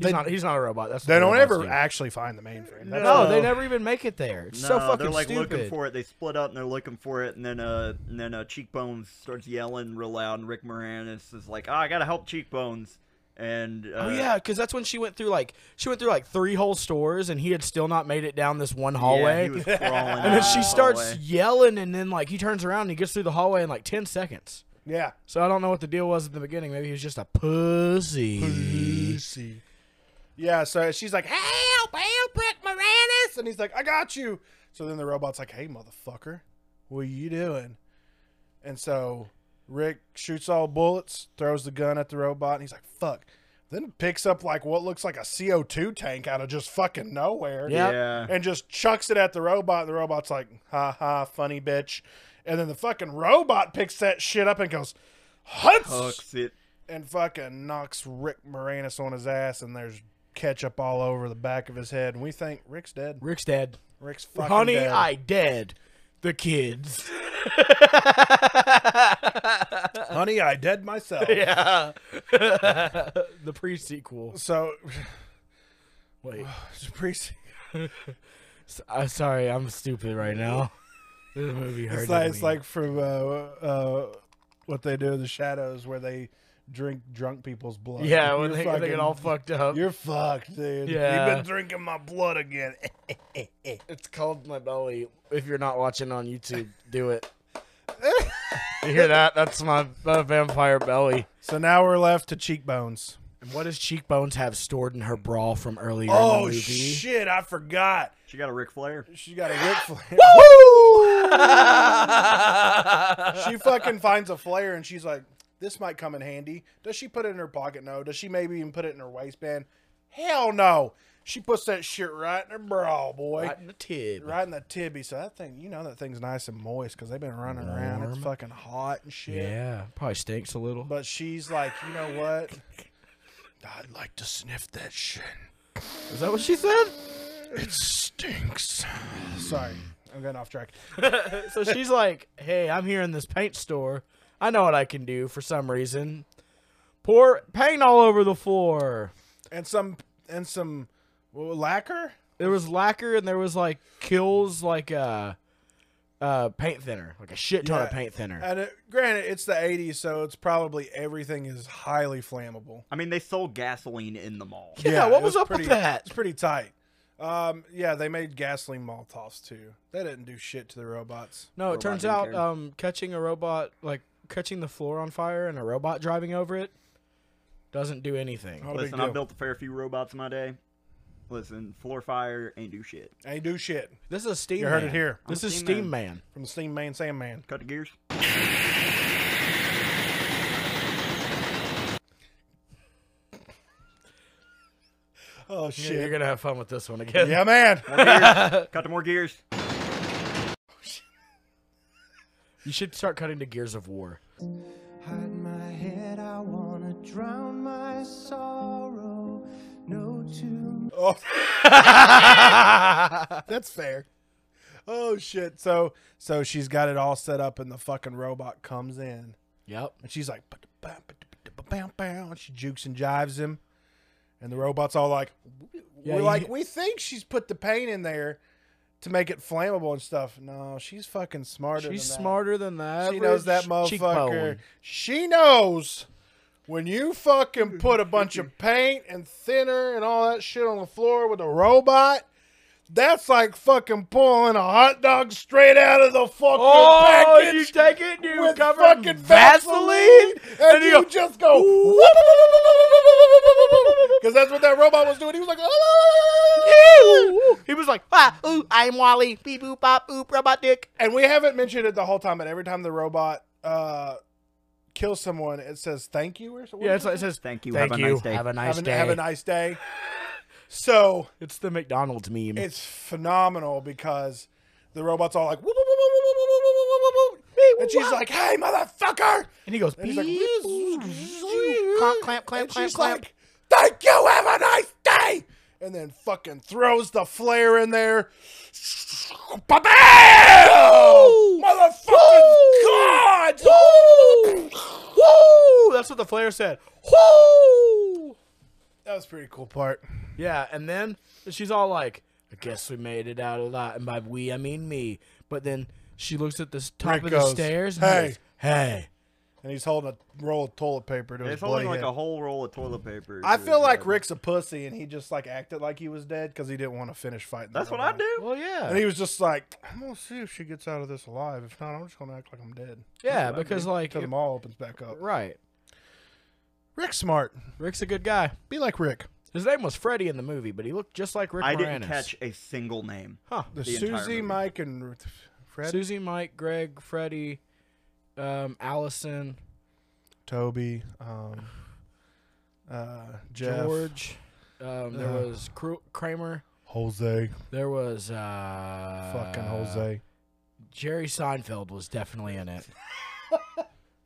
[SPEAKER 2] he's, not, he's not a robot. That's
[SPEAKER 1] They
[SPEAKER 2] what
[SPEAKER 1] don't
[SPEAKER 2] robots
[SPEAKER 1] ever
[SPEAKER 2] do.
[SPEAKER 1] actually find the mainframe. That's
[SPEAKER 2] No,
[SPEAKER 1] the-
[SPEAKER 2] they never even make it there. It's
[SPEAKER 3] no,
[SPEAKER 2] so fucking
[SPEAKER 3] they're like
[SPEAKER 2] stupid.
[SPEAKER 3] looking for it. They split up and they're looking for it, and then uh, and then uh, Cheekbones starts yelling real loud, and Rick Moranis is like, "Ah, I gotta help Cheekbones." And uh,
[SPEAKER 2] Oh yeah, because that's when she went through like she went through like three whole stores, and he had still not made it down this one
[SPEAKER 3] yeah,
[SPEAKER 2] hallway.
[SPEAKER 3] he was
[SPEAKER 2] *laughs*
[SPEAKER 3] crawling.
[SPEAKER 2] and then she starts yelling, and then like he turns around and he gets through the hallway in like ten seconds.
[SPEAKER 1] Yeah.
[SPEAKER 2] So I don't know what the deal was at the beginning. Maybe he was just a pussy.
[SPEAKER 1] Yeah. So she's like, "Help! Help, Rick Moranis!" And he's like, "I got you." So then the robot's like, "Hey, motherfucker, what are you doing?" And so Rick shoots all bullets, throws the gun at the robot, and he's like, "Fuck." Then picks up like what looks like a CO2 tank out of just fucking nowhere.
[SPEAKER 2] Yeah. Yep.
[SPEAKER 3] Yeah.
[SPEAKER 1] *laughs*
[SPEAKER 2] *laughs*
[SPEAKER 1] and just chucks it at the robot. And the robot's like, ha ha, funny bitch. And then the fucking robot picks that shit up and goes, hunts,
[SPEAKER 3] hooks it.
[SPEAKER 1] and fucking knocks Rick Moranis on his ass. And there's ketchup all over the back of his head. And we think Rick's dead.
[SPEAKER 2] Rick's dead.
[SPEAKER 1] Rick's fucking
[SPEAKER 2] Honey,
[SPEAKER 1] dead.
[SPEAKER 2] I dead the kids.
[SPEAKER 1] *laughs* Honey, I dead myself.
[SPEAKER 2] Yeah. the pre sequel.
[SPEAKER 1] So, *laughs*
[SPEAKER 2] Wait.
[SPEAKER 1] it's pretty-
[SPEAKER 2] I'm sorry, I'm stupid
[SPEAKER 1] *laughs*
[SPEAKER 2] right now. This movie hurted
[SPEAKER 1] it's like,
[SPEAKER 2] me.
[SPEAKER 1] it's like from uh, uh, what they do in the shadows where they drink drunk people's blood.
[SPEAKER 2] yeah, when
[SPEAKER 1] You're
[SPEAKER 2] they, when they get
[SPEAKER 1] fucking-
[SPEAKER 2] all fucked up.
[SPEAKER 1] You're fucked, dude.
[SPEAKER 2] Yeah.
[SPEAKER 1] You've been drinking my blood again. *laughs*
[SPEAKER 2] Eh, It's called my belly. If you're not watching on YouTube,
[SPEAKER 1] *laughs*
[SPEAKER 2] do it. you hear that? That's my, my vampire belly.
[SPEAKER 1] So now we're left to cheekbones.
[SPEAKER 2] And what does Cheekbones have stored in her bra from earlier in the
[SPEAKER 1] Oh
[SPEAKER 2] movie?
[SPEAKER 1] shit! I forgot.
[SPEAKER 3] She got a Ric Flair.
[SPEAKER 1] She got a Ric Flair.
[SPEAKER 2] *laughs*
[SPEAKER 1] she fucking finds a flare and she's like, "This might come in handy." Does she put it in her pocket? No. Does she maybe even put it in her waistband? Hell no. She puts that shit right in her bra, boy.
[SPEAKER 2] Right
[SPEAKER 1] Right.
[SPEAKER 2] in the tib.
[SPEAKER 1] in the tibby, so that thing, you know, that thing's nice and moist because they've been running around. It's
[SPEAKER 2] Warm.
[SPEAKER 1] fucking hot and shit.
[SPEAKER 2] Yeah, probably stinks a little.
[SPEAKER 1] But she's like, you know what? I'd like to sniff that shit.
[SPEAKER 2] Is that what she said?
[SPEAKER 1] It stinks. Sorry, I'm getting off track.
[SPEAKER 2] So she's like, "Hey, I'm here in this paint store. I know what I can do." For some reason, pour paint all over the floor.
[SPEAKER 1] And some and some well, lacquer.
[SPEAKER 2] There was lacquer and there was like kills, like uh, uh, paint thinner, like a shit ton of
[SPEAKER 1] Yeah. Uh,
[SPEAKER 2] paint thinner.
[SPEAKER 1] And it, granted, it's the '80s, so it's probably everything is highly flammable.
[SPEAKER 3] I mean, they sold gasoline in the mall.
[SPEAKER 2] Yeah, what
[SPEAKER 1] it
[SPEAKER 2] was up with
[SPEAKER 1] pretty,
[SPEAKER 2] that?
[SPEAKER 1] It's pretty tight. Um, yeah, they made gasoline Molotovs too. They didn't do shit to the robots.
[SPEAKER 2] no, it
[SPEAKER 3] Robot
[SPEAKER 2] turns
[SPEAKER 3] didn't
[SPEAKER 2] out
[SPEAKER 3] care.
[SPEAKER 2] um, catching a robot, like catching the floor on fire and a robot driving over it, doesn't do anything.
[SPEAKER 1] Not a big
[SPEAKER 3] Listen, I
[SPEAKER 1] deal.
[SPEAKER 3] built a fair few robots in my day. Listen, floor fire ain't do shit.
[SPEAKER 1] Ain't do shit
[SPEAKER 2] This is a steam.
[SPEAKER 1] You heard
[SPEAKER 2] Man.
[SPEAKER 1] it here.
[SPEAKER 2] This
[SPEAKER 3] I'm
[SPEAKER 2] is
[SPEAKER 3] Steam
[SPEAKER 2] Steam Man.
[SPEAKER 1] from Steam Man Sandman.
[SPEAKER 3] Cut the gears.
[SPEAKER 1] Oh
[SPEAKER 2] Yeah, You're
[SPEAKER 1] shit!
[SPEAKER 2] gonna have fun with this one again.
[SPEAKER 1] Yeah,
[SPEAKER 2] *laughs*
[SPEAKER 1] man.
[SPEAKER 3] More gears. Cut to more gears.
[SPEAKER 2] You should start cutting to Gears of War.
[SPEAKER 6] Hide my head, I wanna drown my sorrow. No tomb.
[SPEAKER 1] Oh. That's fair. Oh shit. So so she's got it all set up and the fucking robot comes in
[SPEAKER 2] Yep.
[SPEAKER 1] and she's like "Ba-da-bam, ba-da-ba-da-ba-bam, bam," and she jukes and jives him. And the robot's all like,
[SPEAKER 2] Yeah,
[SPEAKER 1] we're
[SPEAKER 2] you-
[SPEAKER 1] like, we think she's put the paint in there to make it flammable and stuff. No, she's fucking smarter. than
[SPEAKER 2] She's
[SPEAKER 1] that.
[SPEAKER 2] smarter than that.
[SPEAKER 1] She knows that motherfucker.
[SPEAKER 2] Cheekbone.
[SPEAKER 1] She knows when you fucking put a bunch of paint and thinner and all that shit on the floor with a robot. That's like fucking pulling a hot dog straight out of the fucking
[SPEAKER 2] Oh,
[SPEAKER 1] package
[SPEAKER 2] you take it, and you
[SPEAKER 1] with
[SPEAKER 2] cover it in
[SPEAKER 1] fucking Vaseline, and, you, just go because that's what that robot was doing. He was like, "Oh."
[SPEAKER 2] He was like, ah, ooh, I'm Wally. Beep boop bop boop robot dick.
[SPEAKER 1] and we haven't mentioned it the whole time. But every time the robot uh, kills someone, it says thank you or something.
[SPEAKER 2] Yeah, it's like, it says,
[SPEAKER 3] Thank you.
[SPEAKER 2] thank
[SPEAKER 3] have
[SPEAKER 2] you.
[SPEAKER 3] a nice day.
[SPEAKER 2] Have a nice
[SPEAKER 1] have, a-
[SPEAKER 2] day.
[SPEAKER 1] have a nice day. So
[SPEAKER 2] it's the McDonald's meme.
[SPEAKER 1] it's phenomenal because the robot's all like, and she's like, "Hey, motherfucker!"
[SPEAKER 2] and he goes,
[SPEAKER 1] And he's like,
[SPEAKER 2] Clamp, clamp, clamp,
[SPEAKER 1] and she's
[SPEAKER 2] clamp,
[SPEAKER 1] like, thank you, have a nice day. And then fucking throws the flare in there. Ba-bam! Motherfucking God!
[SPEAKER 2] woo! That's what the flare said. Woo!
[SPEAKER 1] That was a pretty cool part.
[SPEAKER 2] Yeah, and then she's all like, I guess we made it out alive. And by we, I mean me. But then she looks at the s- top
[SPEAKER 1] Rick
[SPEAKER 2] of the
[SPEAKER 1] goes,
[SPEAKER 2] stairs and
[SPEAKER 1] "Hey."
[SPEAKER 2] goes, hey.
[SPEAKER 1] And he's holding a roll of toilet paper to his
[SPEAKER 3] It's only
[SPEAKER 1] bloody
[SPEAKER 3] like
[SPEAKER 1] head.
[SPEAKER 3] a whole roll of toilet paper.
[SPEAKER 1] I
[SPEAKER 3] to
[SPEAKER 1] feel
[SPEAKER 3] his
[SPEAKER 1] like
[SPEAKER 3] head.
[SPEAKER 1] Rick's a pussy and he just like acted like he was dead because he didn't want to finish fighting. the
[SPEAKER 3] That's what I
[SPEAKER 1] robot.
[SPEAKER 3] do.
[SPEAKER 2] Well, yeah.
[SPEAKER 1] And he was just like, I'm going to see if she gets out of this alive. If not, I'm just going to act like I'm dead.
[SPEAKER 2] yeah, because, like,
[SPEAKER 1] Until the mall opens back up.
[SPEAKER 2] right.
[SPEAKER 1] Rick's smart.
[SPEAKER 2] Rick's a good guy.
[SPEAKER 1] Be like Rick.
[SPEAKER 2] His name was Freddy in the movie, but he looked just like Rick
[SPEAKER 3] I
[SPEAKER 2] Moranis.
[SPEAKER 3] didn't catch a single name.
[SPEAKER 2] Huh.
[SPEAKER 1] The,
[SPEAKER 3] The entire
[SPEAKER 1] Susie,
[SPEAKER 3] movie.
[SPEAKER 1] Mike, and Ruth- Fred,
[SPEAKER 2] Susie, Mike, Greg, Freddy, um, Allison,
[SPEAKER 1] Toby, um, uh, Jeff,
[SPEAKER 2] George. Um, there
[SPEAKER 1] Ugh.
[SPEAKER 2] was Cru- Kramer.
[SPEAKER 1] Jose,
[SPEAKER 2] There was uh,
[SPEAKER 1] fucking Jose.
[SPEAKER 2] Jerry Seinfeld was definitely
[SPEAKER 1] *laughs*
[SPEAKER 2] in it.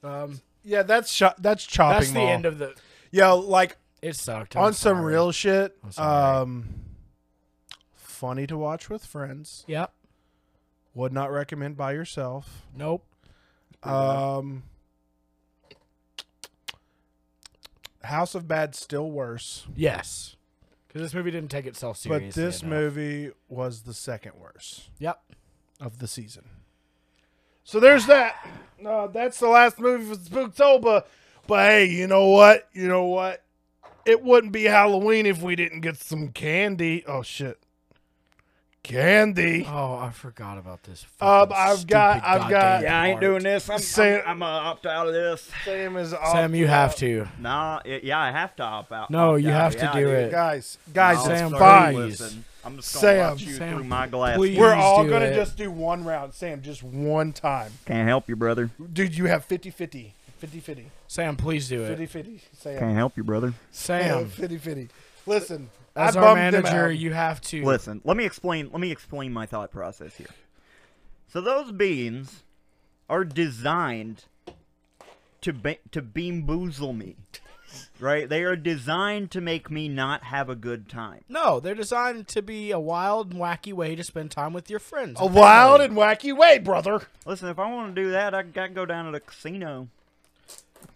[SPEAKER 2] um,
[SPEAKER 1] Yeah, that's sho- that's chopping.
[SPEAKER 2] that's the
[SPEAKER 1] mall.
[SPEAKER 2] end of the.
[SPEAKER 1] Yeah, like
[SPEAKER 2] It sucked. I'm
[SPEAKER 1] on some
[SPEAKER 2] sorry.
[SPEAKER 1] real shit.
[SPEAKER 2] I'm sorry.
[SPEAKER 1] Um, funny to watch with friends.
[SPEAKER 2] Yep.
[SPEAKER 1] Would not recommend by yourself.
[SPEAKER 2] Nope.
[SPEAKER 1] Um, House of Bad still worse,
[SPEAKER 2] Yes. Because this movie didn't take itself seriously.
[SPEAKER 1] but this
[SPEAKER 2] enough.
[SPEAKER 1] movie was the second worst.
[SPEAKER 2] Yep.
[SPEAKER 1] of the season. So there's that. Uh, that's the last movie for Spooktober. But hey, you know what? You know what? It wouldn't be Halloween if we didn't get some candy. Oh shit, candy.
[SPEAKER 2] Oh, I forgot about this.
[SPEAKER 1] Um,
[SPEAKER 2] fucking
[SPEAKER 1] I've got-
[SPEAKER 2] stupid
[SPEAKER 1] I've got-
[SPEAKER 2] goddamn
[SPEAKER 1] Yeah,
[SPEAKER 2] part.
[SPEAKER 3] this. I'm,
[SPEAKER 1] Sam-
[SPEAKER 3] gonna opt out of this.
[SPEAKER 1] Sam is
[SPEAKER 2] Sam, you have to.
[SPEAKER 3] Nah, y- yeah, I have to opt out.
[SPEAKER 2] No,
[SPEAKER 3] opt
[SPEAKER 2] you
[SPEAKER 3] out.
[SPEAKER 2] have to
[SPEAKER 3] Yeah,
[SPEAKER 2] do
[SPEAKER 3] dude.
[SPEAKER 2] it.
[SPEAKER 1] guys. Guys,
[SPEAKER 2] No,
[SPEAKER 1] it's
[SPEAKER 2] Sam,
[SPEAKER 1] fine.
[SPEAKER 2] please.
[SPEAKER 3] Listen, I'm just gonna
[SPEAKER 1] Sam,
[SPEAKER 3] watch you
[SPEAKER 2] Sam,
[SPEAKER 3] through my glass.
[SPEAKER 2] please.
[SPEAKER 1] We're all
[SPEAKER 2] do
[SPEAKER 1] gonna
[SPEAKER 2] it.
[SPEAKER 1] just do one round, Sam. Just one time,
[SPEAKER 3] Can't help you, brother.
[SPEAKER 1] dude. You have 50 50 50 50
[SPEAKER 2] Sam, please do it.
[SPEAKER 1] 50 50 Sam.
[SPEAKER 3] Can't help you, brother.
[SPEAKER 2] Sam,
[SPEAKER 1] 50 50. Listen, *laughs*
[SPEAKER 2] as
[SPEAKER 1] I
[SPEAKER 2] our
[SPEAKER 1] bumped them
[SPEAKER 2] manager,
[SPEAKER 1] out.
[SPEAKER 2] you have to.
[SPEAKER 3] Listen, let me explain. Let me explain my thought process here. So those beans are designed to be- to beam boozle me, *laughs* right? They are designed to make me not have a good time.
[SPEAKER 2] No, they're designed to be a wild and wacky way to spend time with your friends.
[SPEAKER 1] a wild and wacky way, brother.
[SPEAKER 3] Listen, if I want to do that, I gotta go down to the casino.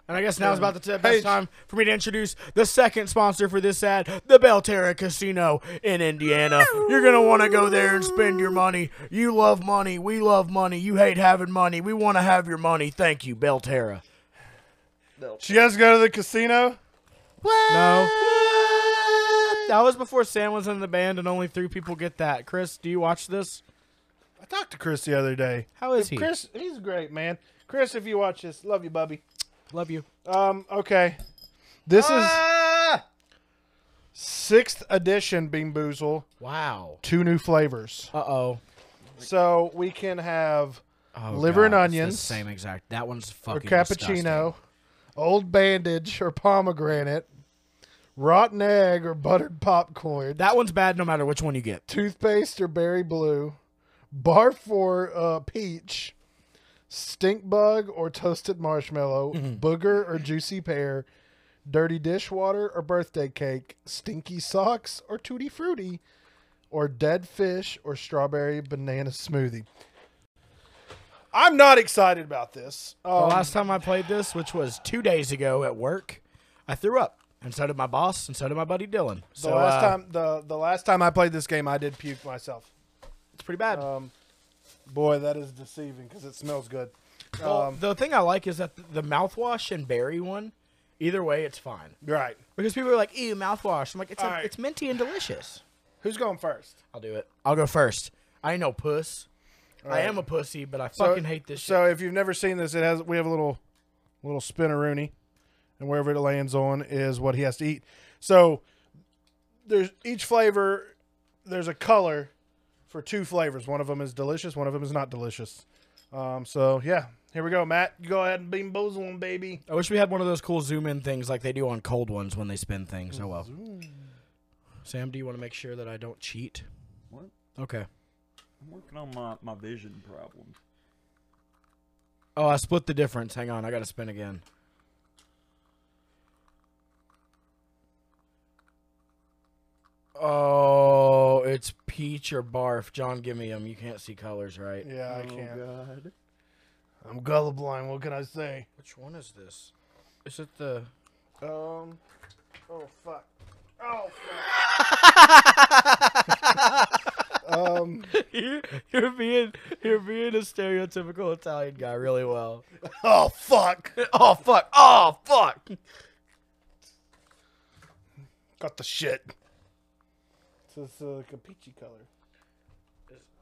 [SPEAKER 2] And I guess now's about the t- best
[SPEAKER 1] Hey.
[SPEAKER 2] time for me to introduce the second sponsor for this ad, the Belterra Casino in Indiana. You're going to want to go there and spend your money. You love money. We love money. You hate having money. We want to have your money. Thank you, Belterra.
[SPEAKER 1] She has to go to the casino.
[SPEAKER 2] *laughs* No. That was before Sam was in the band and only three people get that. Chris, do you watch this?
[SPEAKER 1] I talked to Chris the other day.
[SPEAKER 2] How is he?
[SPEAKER 1] Chris, he's great, man. Chris, if you watch this, love you, Bubby.
[SPEAKER 2] Love you.
[SPEAKER 1] Um, okay. This is sixth edition Bean Boozle,
[SPEAKER 2] Wow.
[SPEAKER 1] two new flavors.
[SPEAKER 2] Uh-oh.
[SPEAKER 1] So we can have
[SPEAKER 2] Oh,
[SPEAKER 1] Liver and
[SPEAKER 2] God, it's the
[SPEAKER 1] onions.
[SPEAKER 2] same exact. That one's
[SPEAKER 1] a
[SPEAKER 2] fucking
[SPEAKER 1] cappuccino, old bandage or pomegranate, rotten egg or buttered popcorn,
[SPEAKER 2] That one's bad no matter which one you get.
[SPEAKER 1] toothpaste or berry blue, bar for uh, peach, stink bug or toasted marshmallow, booger or juicy pear, dirty dishwater or birthday cake, stinky socks or tutti frutti, or dead fish or strawberry banana smoothie. I'm not excited about this. Um,
[SPEAKER 2] The last time I played this, which was two days ago at work, I threw up. And so did my boss, and so did my buddy Dylan.
[SPEAKER 1] The
[SPEAKER 2] So
[SPEAKER 1] last
[SPEAKER 2] uh,
[SPEAKER 1] time the the last time I played this game, I did puke myself.
[SPEAKER 2] it's pretty bad.
[SPEAKER 1] Um, boy, that is deceiving because it smells good.
[SPEAKER 2] Well,
[SPEAKER 1] Um,
[SPEAKER 2] the thing I like is that the mouthwash and berry one, either way, it's fine
[SPEAKER 1] right.
[SPEAKER 2] because people are like, "Ew, mouthwash." I'm like, "It's a,
[SPEAKER 1] Alright.
[SPEAKER 2] it's minty and delicious."
[SPEAKER 1] Who's going first?
[SPEAKER 2] I'll do it. I'll go first. I ain't no puss. I am a pussy, but I fucking hate this
[SPEAKER 1] So if you've never seen this, it has we have a little little spinneroony, and wherever it lands on is what he has to eat. So there's each flavor. There's a color for two flavors. One of them is delicious. One of them is not delicious. Um, so yeah, here we go, Matt. You go ahead and beam bozo one, baby.
[SPEAKER 2] shit. I wish we had one of those cool zoom in things like they do on cold ones when they spin things. Oh well. Sam, do you want to make sure that I don't cheat?
[SPEAKER 3] What?
[SPEAKER 2] Okay.
[SPEAKER 3] I'm working on my, my vision problem.
[SPEAKER 2] Oh, I split the difference. Hang on, I gotta spin again. Oh, it's peach or barf. John, give me them. You can't see colors, right?
[SPEAKER 1] Yeah, I
[SPEAKER 3] oh
[SPEAKER 1] can't.
[SPEAKER 3] God.
[SPEAKER 1] I'm gulliblind. What can I say?
[SPEAKER 2] Which one is this? Is it the?
[SPEAKER 1] Um. Oh fuck. Oh. Fuck. um.
[SPEAKER 2] *laughs* You're, you're being you're being a stereotypical Italian guy really well.
[SPEAKER 1] Oh fuck.
[SPEAKER 2] *laughs* oh fuck! Oh fuck!
[SPEAKER 1] Got the shit. So it's uh, like a peachy color.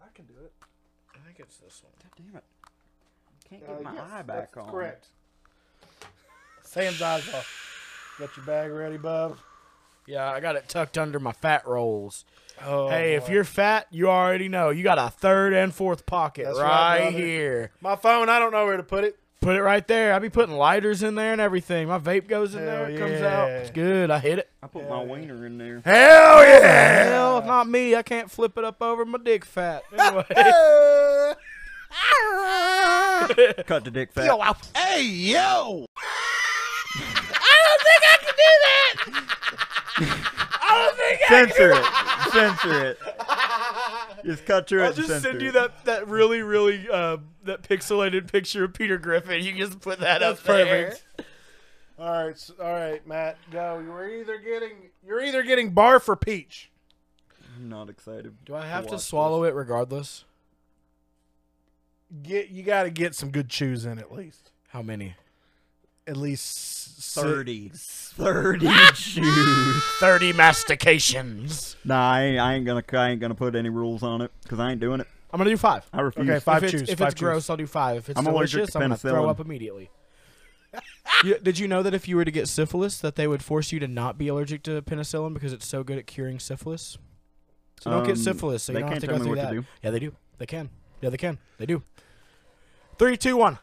[SPEAKER 2] I can do it. I think it's this one.
[SPEAKER 3] God damn it. I can't
[SPEAKER 2] Uh,
[SPEAKER 3] get my eye back on.
[SPEAKER 1] Uh, Correct. Sam's eyes off. Got your bag ready, bub.
[SPEAKER 2] Yeah, I got it tucked under my fat rolls.
[SPEAKER 1] Oh,
[SPEAKER 2] hey, if
[SPEAKER 1] boy.
[SPEAKER 2] you're fat, you already know. You got a third and fourth pocket
[SPEAKER 1] That's right,
[SPEAKER 2] right,
[SPEAKER 1] brother.
[SPEAKER 2] here.
[SPEAKER 1] my phone, I don't know where to put it.
[SPEAKER 2] Put it right there. I be putting lighters in there and everything. My vape goes in
[SPEAKER 1] Hell
[SPEAKER 2] there. It comes out.
[SPEAKER 1] yeah.
[SPEAKER 2] It's good. I hit it.
[SPEAKER 3] I put my wiener in there.
[SPEAKER 1] Hell yeah!
[SPEAKER 2] Hell, not me. I can't flip it up over my
[SPEAKER 1] *laughs*
[SPEAKER 2] dick fat. Anyway.
[SPEAKER 3] *laughs* Cut the dick fat.
[SPEAKER 4] Hey, yo!
[SPEAKER 3] Censor it.
[SPEAKER 2] *laughs*
[SPEAKER 3] Censor it. Just cut through it.
[SPEAKER 2] I'll
[SPEAKER 3] and
[SPEAKER 2] just
[SPEAKER 3] censor
[SPEAKER 2] send you
[SPEAKER 3] it.
[SPEAKER 2] that, that really, really, uh, that pixelated picture of Peter Griffin. You can just put that up there.
[SPEAKER 1] perfect. All right, s all right, Matt, go. You're either getting you're either getting bar for peach.
[SPEAKER 3] I'm not excited.
[SPEAKER 2] Do I have to
[SPEAKER 3] watch
[SPEAKER 2] swallow it regardless?
[SPEAKER 1] Get you got to get some good chews in at least.
[SPEAKER 2] How many?
[SPEAKER 1] At least s-
[SPEAKER 3] this. 30. 30 shoes.
[SPEAKER 2] 30 mastications.
[SPEAKER 3] Nah, I ain't, I ain't gonna I ain't gonna put any rules on it because I ain't doing it.
[SPEAKER 2] I'm going to do five.
[SPEAKER 3] I refuse.
[SPEAKER 1] Okay, five
[SPEAKER 2] if it's,
[SPEAKER 1] chews.
[SPEAKER 2] if
[SPEAKER 1] five
[SPEAKER 2] it's
[SPEAKER 1] chews.
[SPEAKER 2] gross, I'll do five. If it's
[SPEAKER 3] I'm allergic
[SPEAKER 2] delicious,
[SPEAKER 3] to
[SPEAKER 2] I'm gonna throw
[SPEAKER 3] penicillin.
[SPEAKER 2] up immediately. *laughs* You- did you know that if you were to get syphilis, that they would force you to not be allergic to penicillin because it's so good at curing syphilis? So don't
[SPEAKER 3] Um,
[SPEAKER 2] get syphilis. So you
[SPEAKER 3] they
[SPEAKER 2] don't have
[SPEAKER 3] can't
[SPEAKER 2] to
[SPEAKER 3] tell
[SPEAKER 2] go
[SPEAKER 3] me
[SPEAKER 2] through
[SPEAKER 3] what
[SPEAKER 2] that.
[SPEAKER 3] to do.
[SPEAKER 2] Yeah, they do. They can. Yeah, they can. They do. Three, two, one.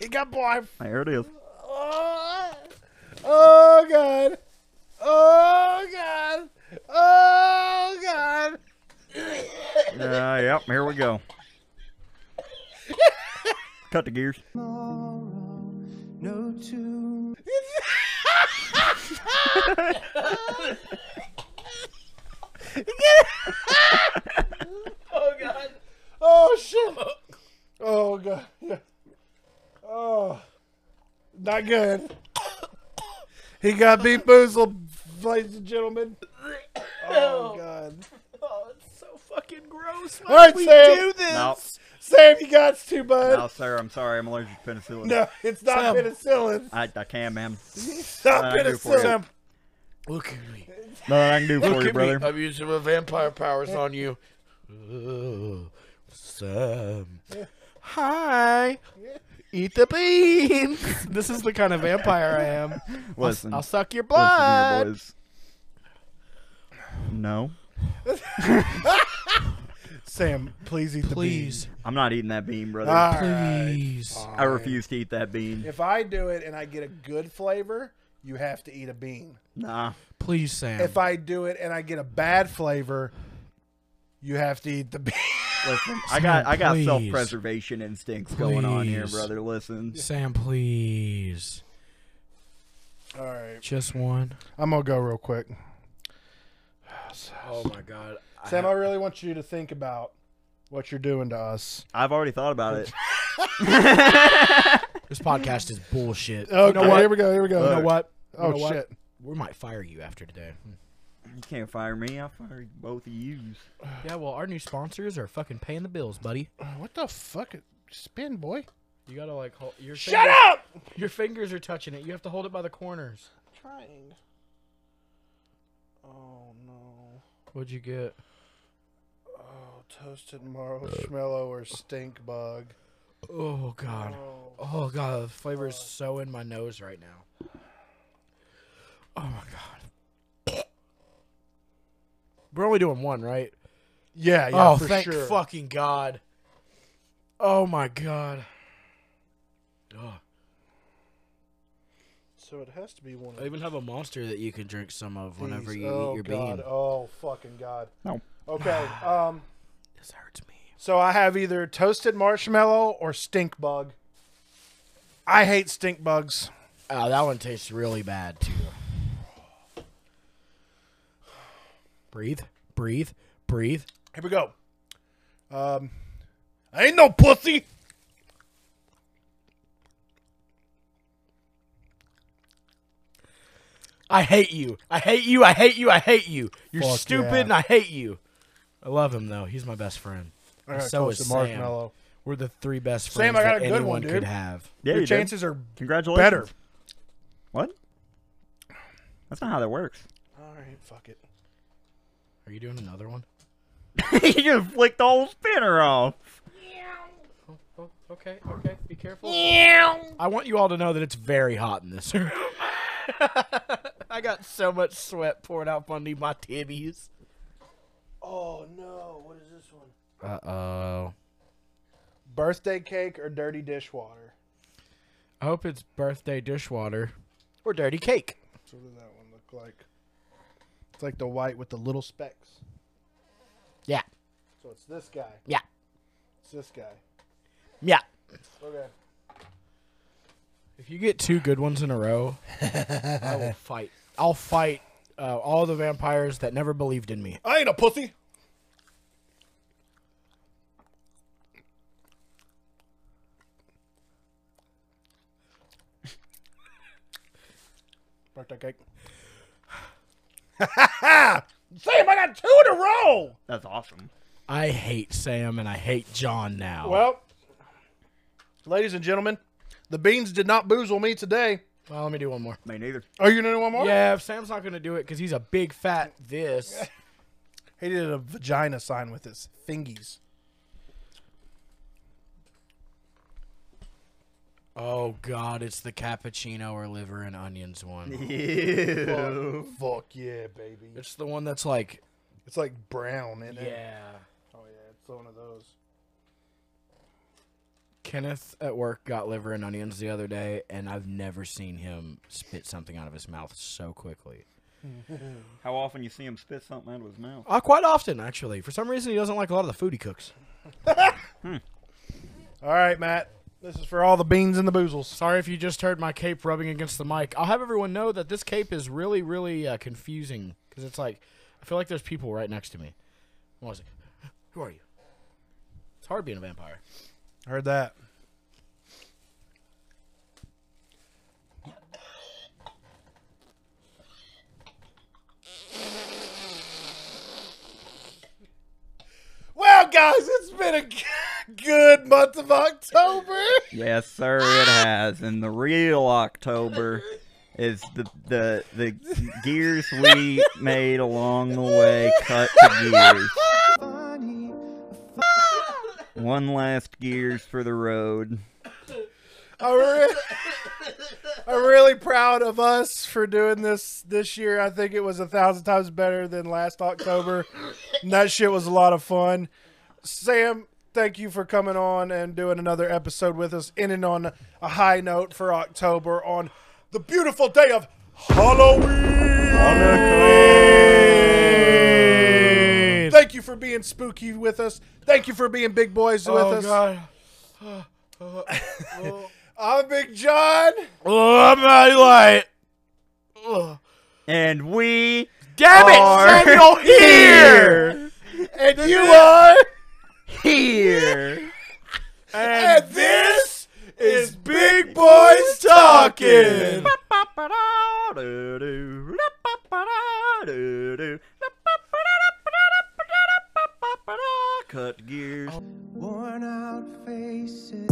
[SPEAKER 1] It got blind.
[SPEAKER 3] There it is.
[SPEAKER 1] Oh god. Oh god. Oh god.
[SPEAKER 3] *laughs* Uh, yep, here we go. Cut the gears.
[SPEAKER 6] tomorrow, no tomorrow.
[SPEAKER 1] Oh shit. Oh god. Yeah. Oh. Not good. He got beat boozled, ladies and gentlemen. Oh god.
[SPEAKER 2] Oh, it's so fucking gross.
[SPEAKER 1] All right, Sam.
[SPEAKER 3] No,
[SPEAKER 1] Sam, you got to, bud.
[SPEAKER 3] no, sir. I'm sorry. I'm allergic to penicillin.
[SPEAKER 1] No, it's not
[SPEAKER 2] Sam.
[SPEAKER 1] penicillin.
[SPEAKER 3] I, I can, man.
[SPEAKER 1] It's not
[SPEAKER 3] I do for you.
[SPEAKER 1] penicillin.
[SPEAKER 2] Look at me.
[SPEAKER 3] No, I can do for you,
[SPEAKER 2] at
[SPEAKER 3] brother.
[SPEAKER 2] me. I'm using my vampire powers on you. Ooh, Sam. Hi. Eat the beans. *laughs* this is the kind of vampire I am.
[SPEAKER 3] Listen,
[SPEAKER 2] I'll suck your
[SPEAKER 3] listen here,
[SPEAKER 2] blood.
[SPEAKER 3] boys. No,
[SPEAKER 1] Sam, please eat the
[SPEAKER 2] Please.
[SPEAKER 3] I'm not eating that bean, brother.
[SPEAKER 1] bean. All right.
[SPEAKER 2] Please.
[SPEAKER 3] I refuse to eat that bean.
[SPEAKER 1] If I do it and I get a good flavor, you have to eat a bean.
[SPEAKER 3] Nah.
[SPEAKER 2] Please, Sam.
[SPEAKER 1] If I do it and I get a bad flavor, you have to eat the bean.
[SPEAKER 3] Listen, I got I got
[SPEAKER 2] please.
[SPEAKER 3] self-preservation instincts going on here,
[SPEAKER 2] Please.
[SPEAKER 3] brother. Listen.
[SPEAKER 2] Sam, please.
[SPEAKER 1] All right.
[SPEAKER 2] Just one.
[SPEAKER 1] *laughs* I'm going to go real quick.
[SPEAKER 2] Oh my god.
[SPEAKER 1] Sam, I really want you to think about what you're doing to us.
[SPEAKER 3] I've already thought about it.
[SPEAKER 2] This podcast is bullshit.
[SPEAKER 1] Okay,
[SPEAKER 2] you know what?
[SPEAKER 1] here we go. Here we
[SPEAKER 2] You know
[SPEAKER 1] go.
[SPEAKER 2] what? You
[SPEAKER 1] Oh
[SPEAKER 2] know what?
[SPEAKER 1] shit.
[SPEAKER 2] We might fire you after today.
[SPEAKER 3] You can't fire me. I'll fire both of you.
[SPEAKER 2] Yeah, well, our new sponsors are fucking paying the bills, buddy.
[SPEAKER 1] What the fuck? Spin, boy.
[SPEAKER 2] You gotta like hold your.
[SPEAKER 1] Shut up!
[SPEAKER 2] Your fingers are touching it. You have to hold it by the corners.
[SPEAKER 1] Trying. Oh no.
[SPEAKER 2] What'd you get?
[SPEAKER 1] Oh, toasted marshmallow or stink bug.
[SPEAKER 2] Oh god. Oh god, the flavor is so in my nose right now. Oh my god. We're only doing one, right?
[SPEAKER 1] Yeah, yeah,
[SPEAKER 2] oh,
[SPEAKER 1] for
[SPEAKER 2] thank
[SPEAKER 1] sure.
[SPEAKER 2] fucking god. Oh my god. Ugh.
[SPEAKER 1] So it has to be one of
[SPEAKER 2] I even have a monster that you can drink some of whenever
[SPEAKER 1] these.
[SPEAKER 2] you
[SPEAKER 1] oh,
[SPEAKER 2] eat your
[SPEAKER 1] god.
[SPEAKER 2] bean.
[SPEAKER 1] Oh fucking god.
[SPEAKER 3] No.
[SPEAKER 1] Okay. *sighs* Um.
[SPEAKER 2] This hurts me.
[SPEAKER 1] So I have either toasted marshmallow or stink bug. I hate stink bugs.
[SPEAKER 2] Oh, that one tastes really bad too. Breathe, breathe, breathe.
[SPEAKER 1] Here we go. Um, I ain't no pussy.
[SPEAKER 2] I hate you. I hate you. I hate you. I hate you. You're
[SPEAKER 1] Fuck
[SPEAKER 2] stupid
[SPEAKER 1] yeah.
[SPEAKER 2] and I hate you. I love him though. He's my best friend.
[SPEAKER 1] I got
[SPEAKER 2] so
[SPEAKER 1] toasted
[SPEAKER 2] is Sam.
[SPEAKER 1] marshmallow.
[SPEAKER 2] We're the three best
[SPEAKER 1] Sam,
[SPEAKER 2] friends
[SPEAKER 1] I got
[SPEAKER 2] that
[SPEAKER 1] a good
[SPEAKER 2] anyone
[SPEAKER 1] one,
[SPEAKER 2] could
[SPEAKER 1] dude.
[SPEAKER 2] have.
[SPEAKER 3] Yeah,
[SPEAKER 1] Your
[SPEAKER 3] you did.
[SPEAKER 1] chances are
[SPEAKER 3] Congratulations.
[SPEAKER 1] better.
[SPEAKER 3] What? That's not how
[SPEAKER 1] *laughs*
[SPEAKER 3] that works. *laughs*
[SPEAKER 1] All right, fuck it.
[SPEAKER 2] Are you doing another one?
[SPEAKER 3] you just flicked the whole spinner off.
[SPEAKER 2] Oh, okay, okay. Be careful. I want you all to know that it's very hot in this room. *laughs* I got so much sweat pouring out from under my tibbies.
[SPEAKER 1] Oh no! What is this one?
[SPEAKER 2] Uh oh.
[SPEAKER 1] Birthday cake or dirty dishwater?
[SPEAKER 2] I hope it's birthday dishwater or dirty cake.
[SPEAKER 1] So what does that one look like? It's like the white with the little specks.
[SPEAKER 2] Yeah,
[SPEAKER 1] So it's this guy.
[SPEAKER 2] yeah,
[SPEAKER 1] It's this guy.
[SPEAKER 2] yeah.
[SPEAKER 1] Okay.
[SPEAKER 2] If you get two good ones in a row, I will fight. I'll fight uh, all the vampires that never believed in me.
[SPEAKER 1] I ain't a pussy. Birthday *laughs* cake. Sam, I got two in a row.
[SPEAKER 3] That's awesome.
[SPEAKER 2] I hate Sam and I hate John now.
[SPEAKER 1] Well, ladies and gentlemen, the beans did not boozle me today.
[SPEAKER 2] Well, let me do one more.
[SPEAKER 3] Me neither.
[SPEAKER 1] Are you gonna do one more?
[SPEAKER 2] Yeah, if Sam's not gonna do it because he's a big fat this.
[SPEAKER 1] He did a vagina sign with his fingies.
[SPEAKER 2] Oh God, it's the cappuccino or liver and onions
[SPEAKER 3] *laughs*
[SPEAKER 2] one.
[SPEAKER 1] Oh.
[SPEAKER 3] Ew.
[SPEAKER 1] Fuck yeah, baby.
[SPEAKER 2] It's the one that's like
[SPEAKER 1] It's like brown, isn't it?
[SPEAKER 2] yeah.
[SPEAKER 1] Oh yeah, it's one of those.
[SPEAKER 2] Kenneth at work got liver and onions the other day, and I've never seen him spit something out of his mouth so quickly.
[SPEAKER 3] How often you see him spit something out of his mouth?
[SPEAKER 2] Uh, quite often, actually. For some reason, he doesn't like a lot of the food he cooks.
[SPEAKER 1] All right, Matt. This is for all the beans and the boozles.
[SPEAKER 2] Sorry if you just heard my cape rubbing against the mic. I'll have everyone know that this cape is really, really uh, confusing because it's like I feel like there's people right next to me. What was it? *gasps* Who are you? It's hard being a vampire.
[SPEAKER 1] Heard that. Well, guys, it's been a g- good month of October.
[SPEAKER 3] Yes, sir, it
[SPEAKER 2] Ah!
[SPEAKER 3] has. And the real October is the the the gears we made along the way cut to gears.
[SPEAKER 6] Funny,
[SPEAKER 3] One last gears for the road.
[SPEAKER 1] I'm, re- I'm really proud of us for doing this this year. I think it was a thousand times better than last October. and that shit was a lot of fun. Sam, thank you for coming on and doing another episode with us, ending on a high note for October on the beautiful day of Halloween. Thank you for being spooky with us. Thank you for being big boys with us. *sighs* I'm Big John.
[SPEAKER 2] Oh, my light.
[SPEAKER 3] And we
[SPEAKER 2] Damn
[SPEAKER 3] Are
[SPEAKER 2] it, Samuel here.
[SPEAKER 3] *laughs* here.
[SPEAKER 1] And you are.
[SPEAKER 3] Here.
[SPEAKER 1] And this boys talking.
[SPEAKER 7] Cut gears.
[SPEAKER 3] Worn out faces.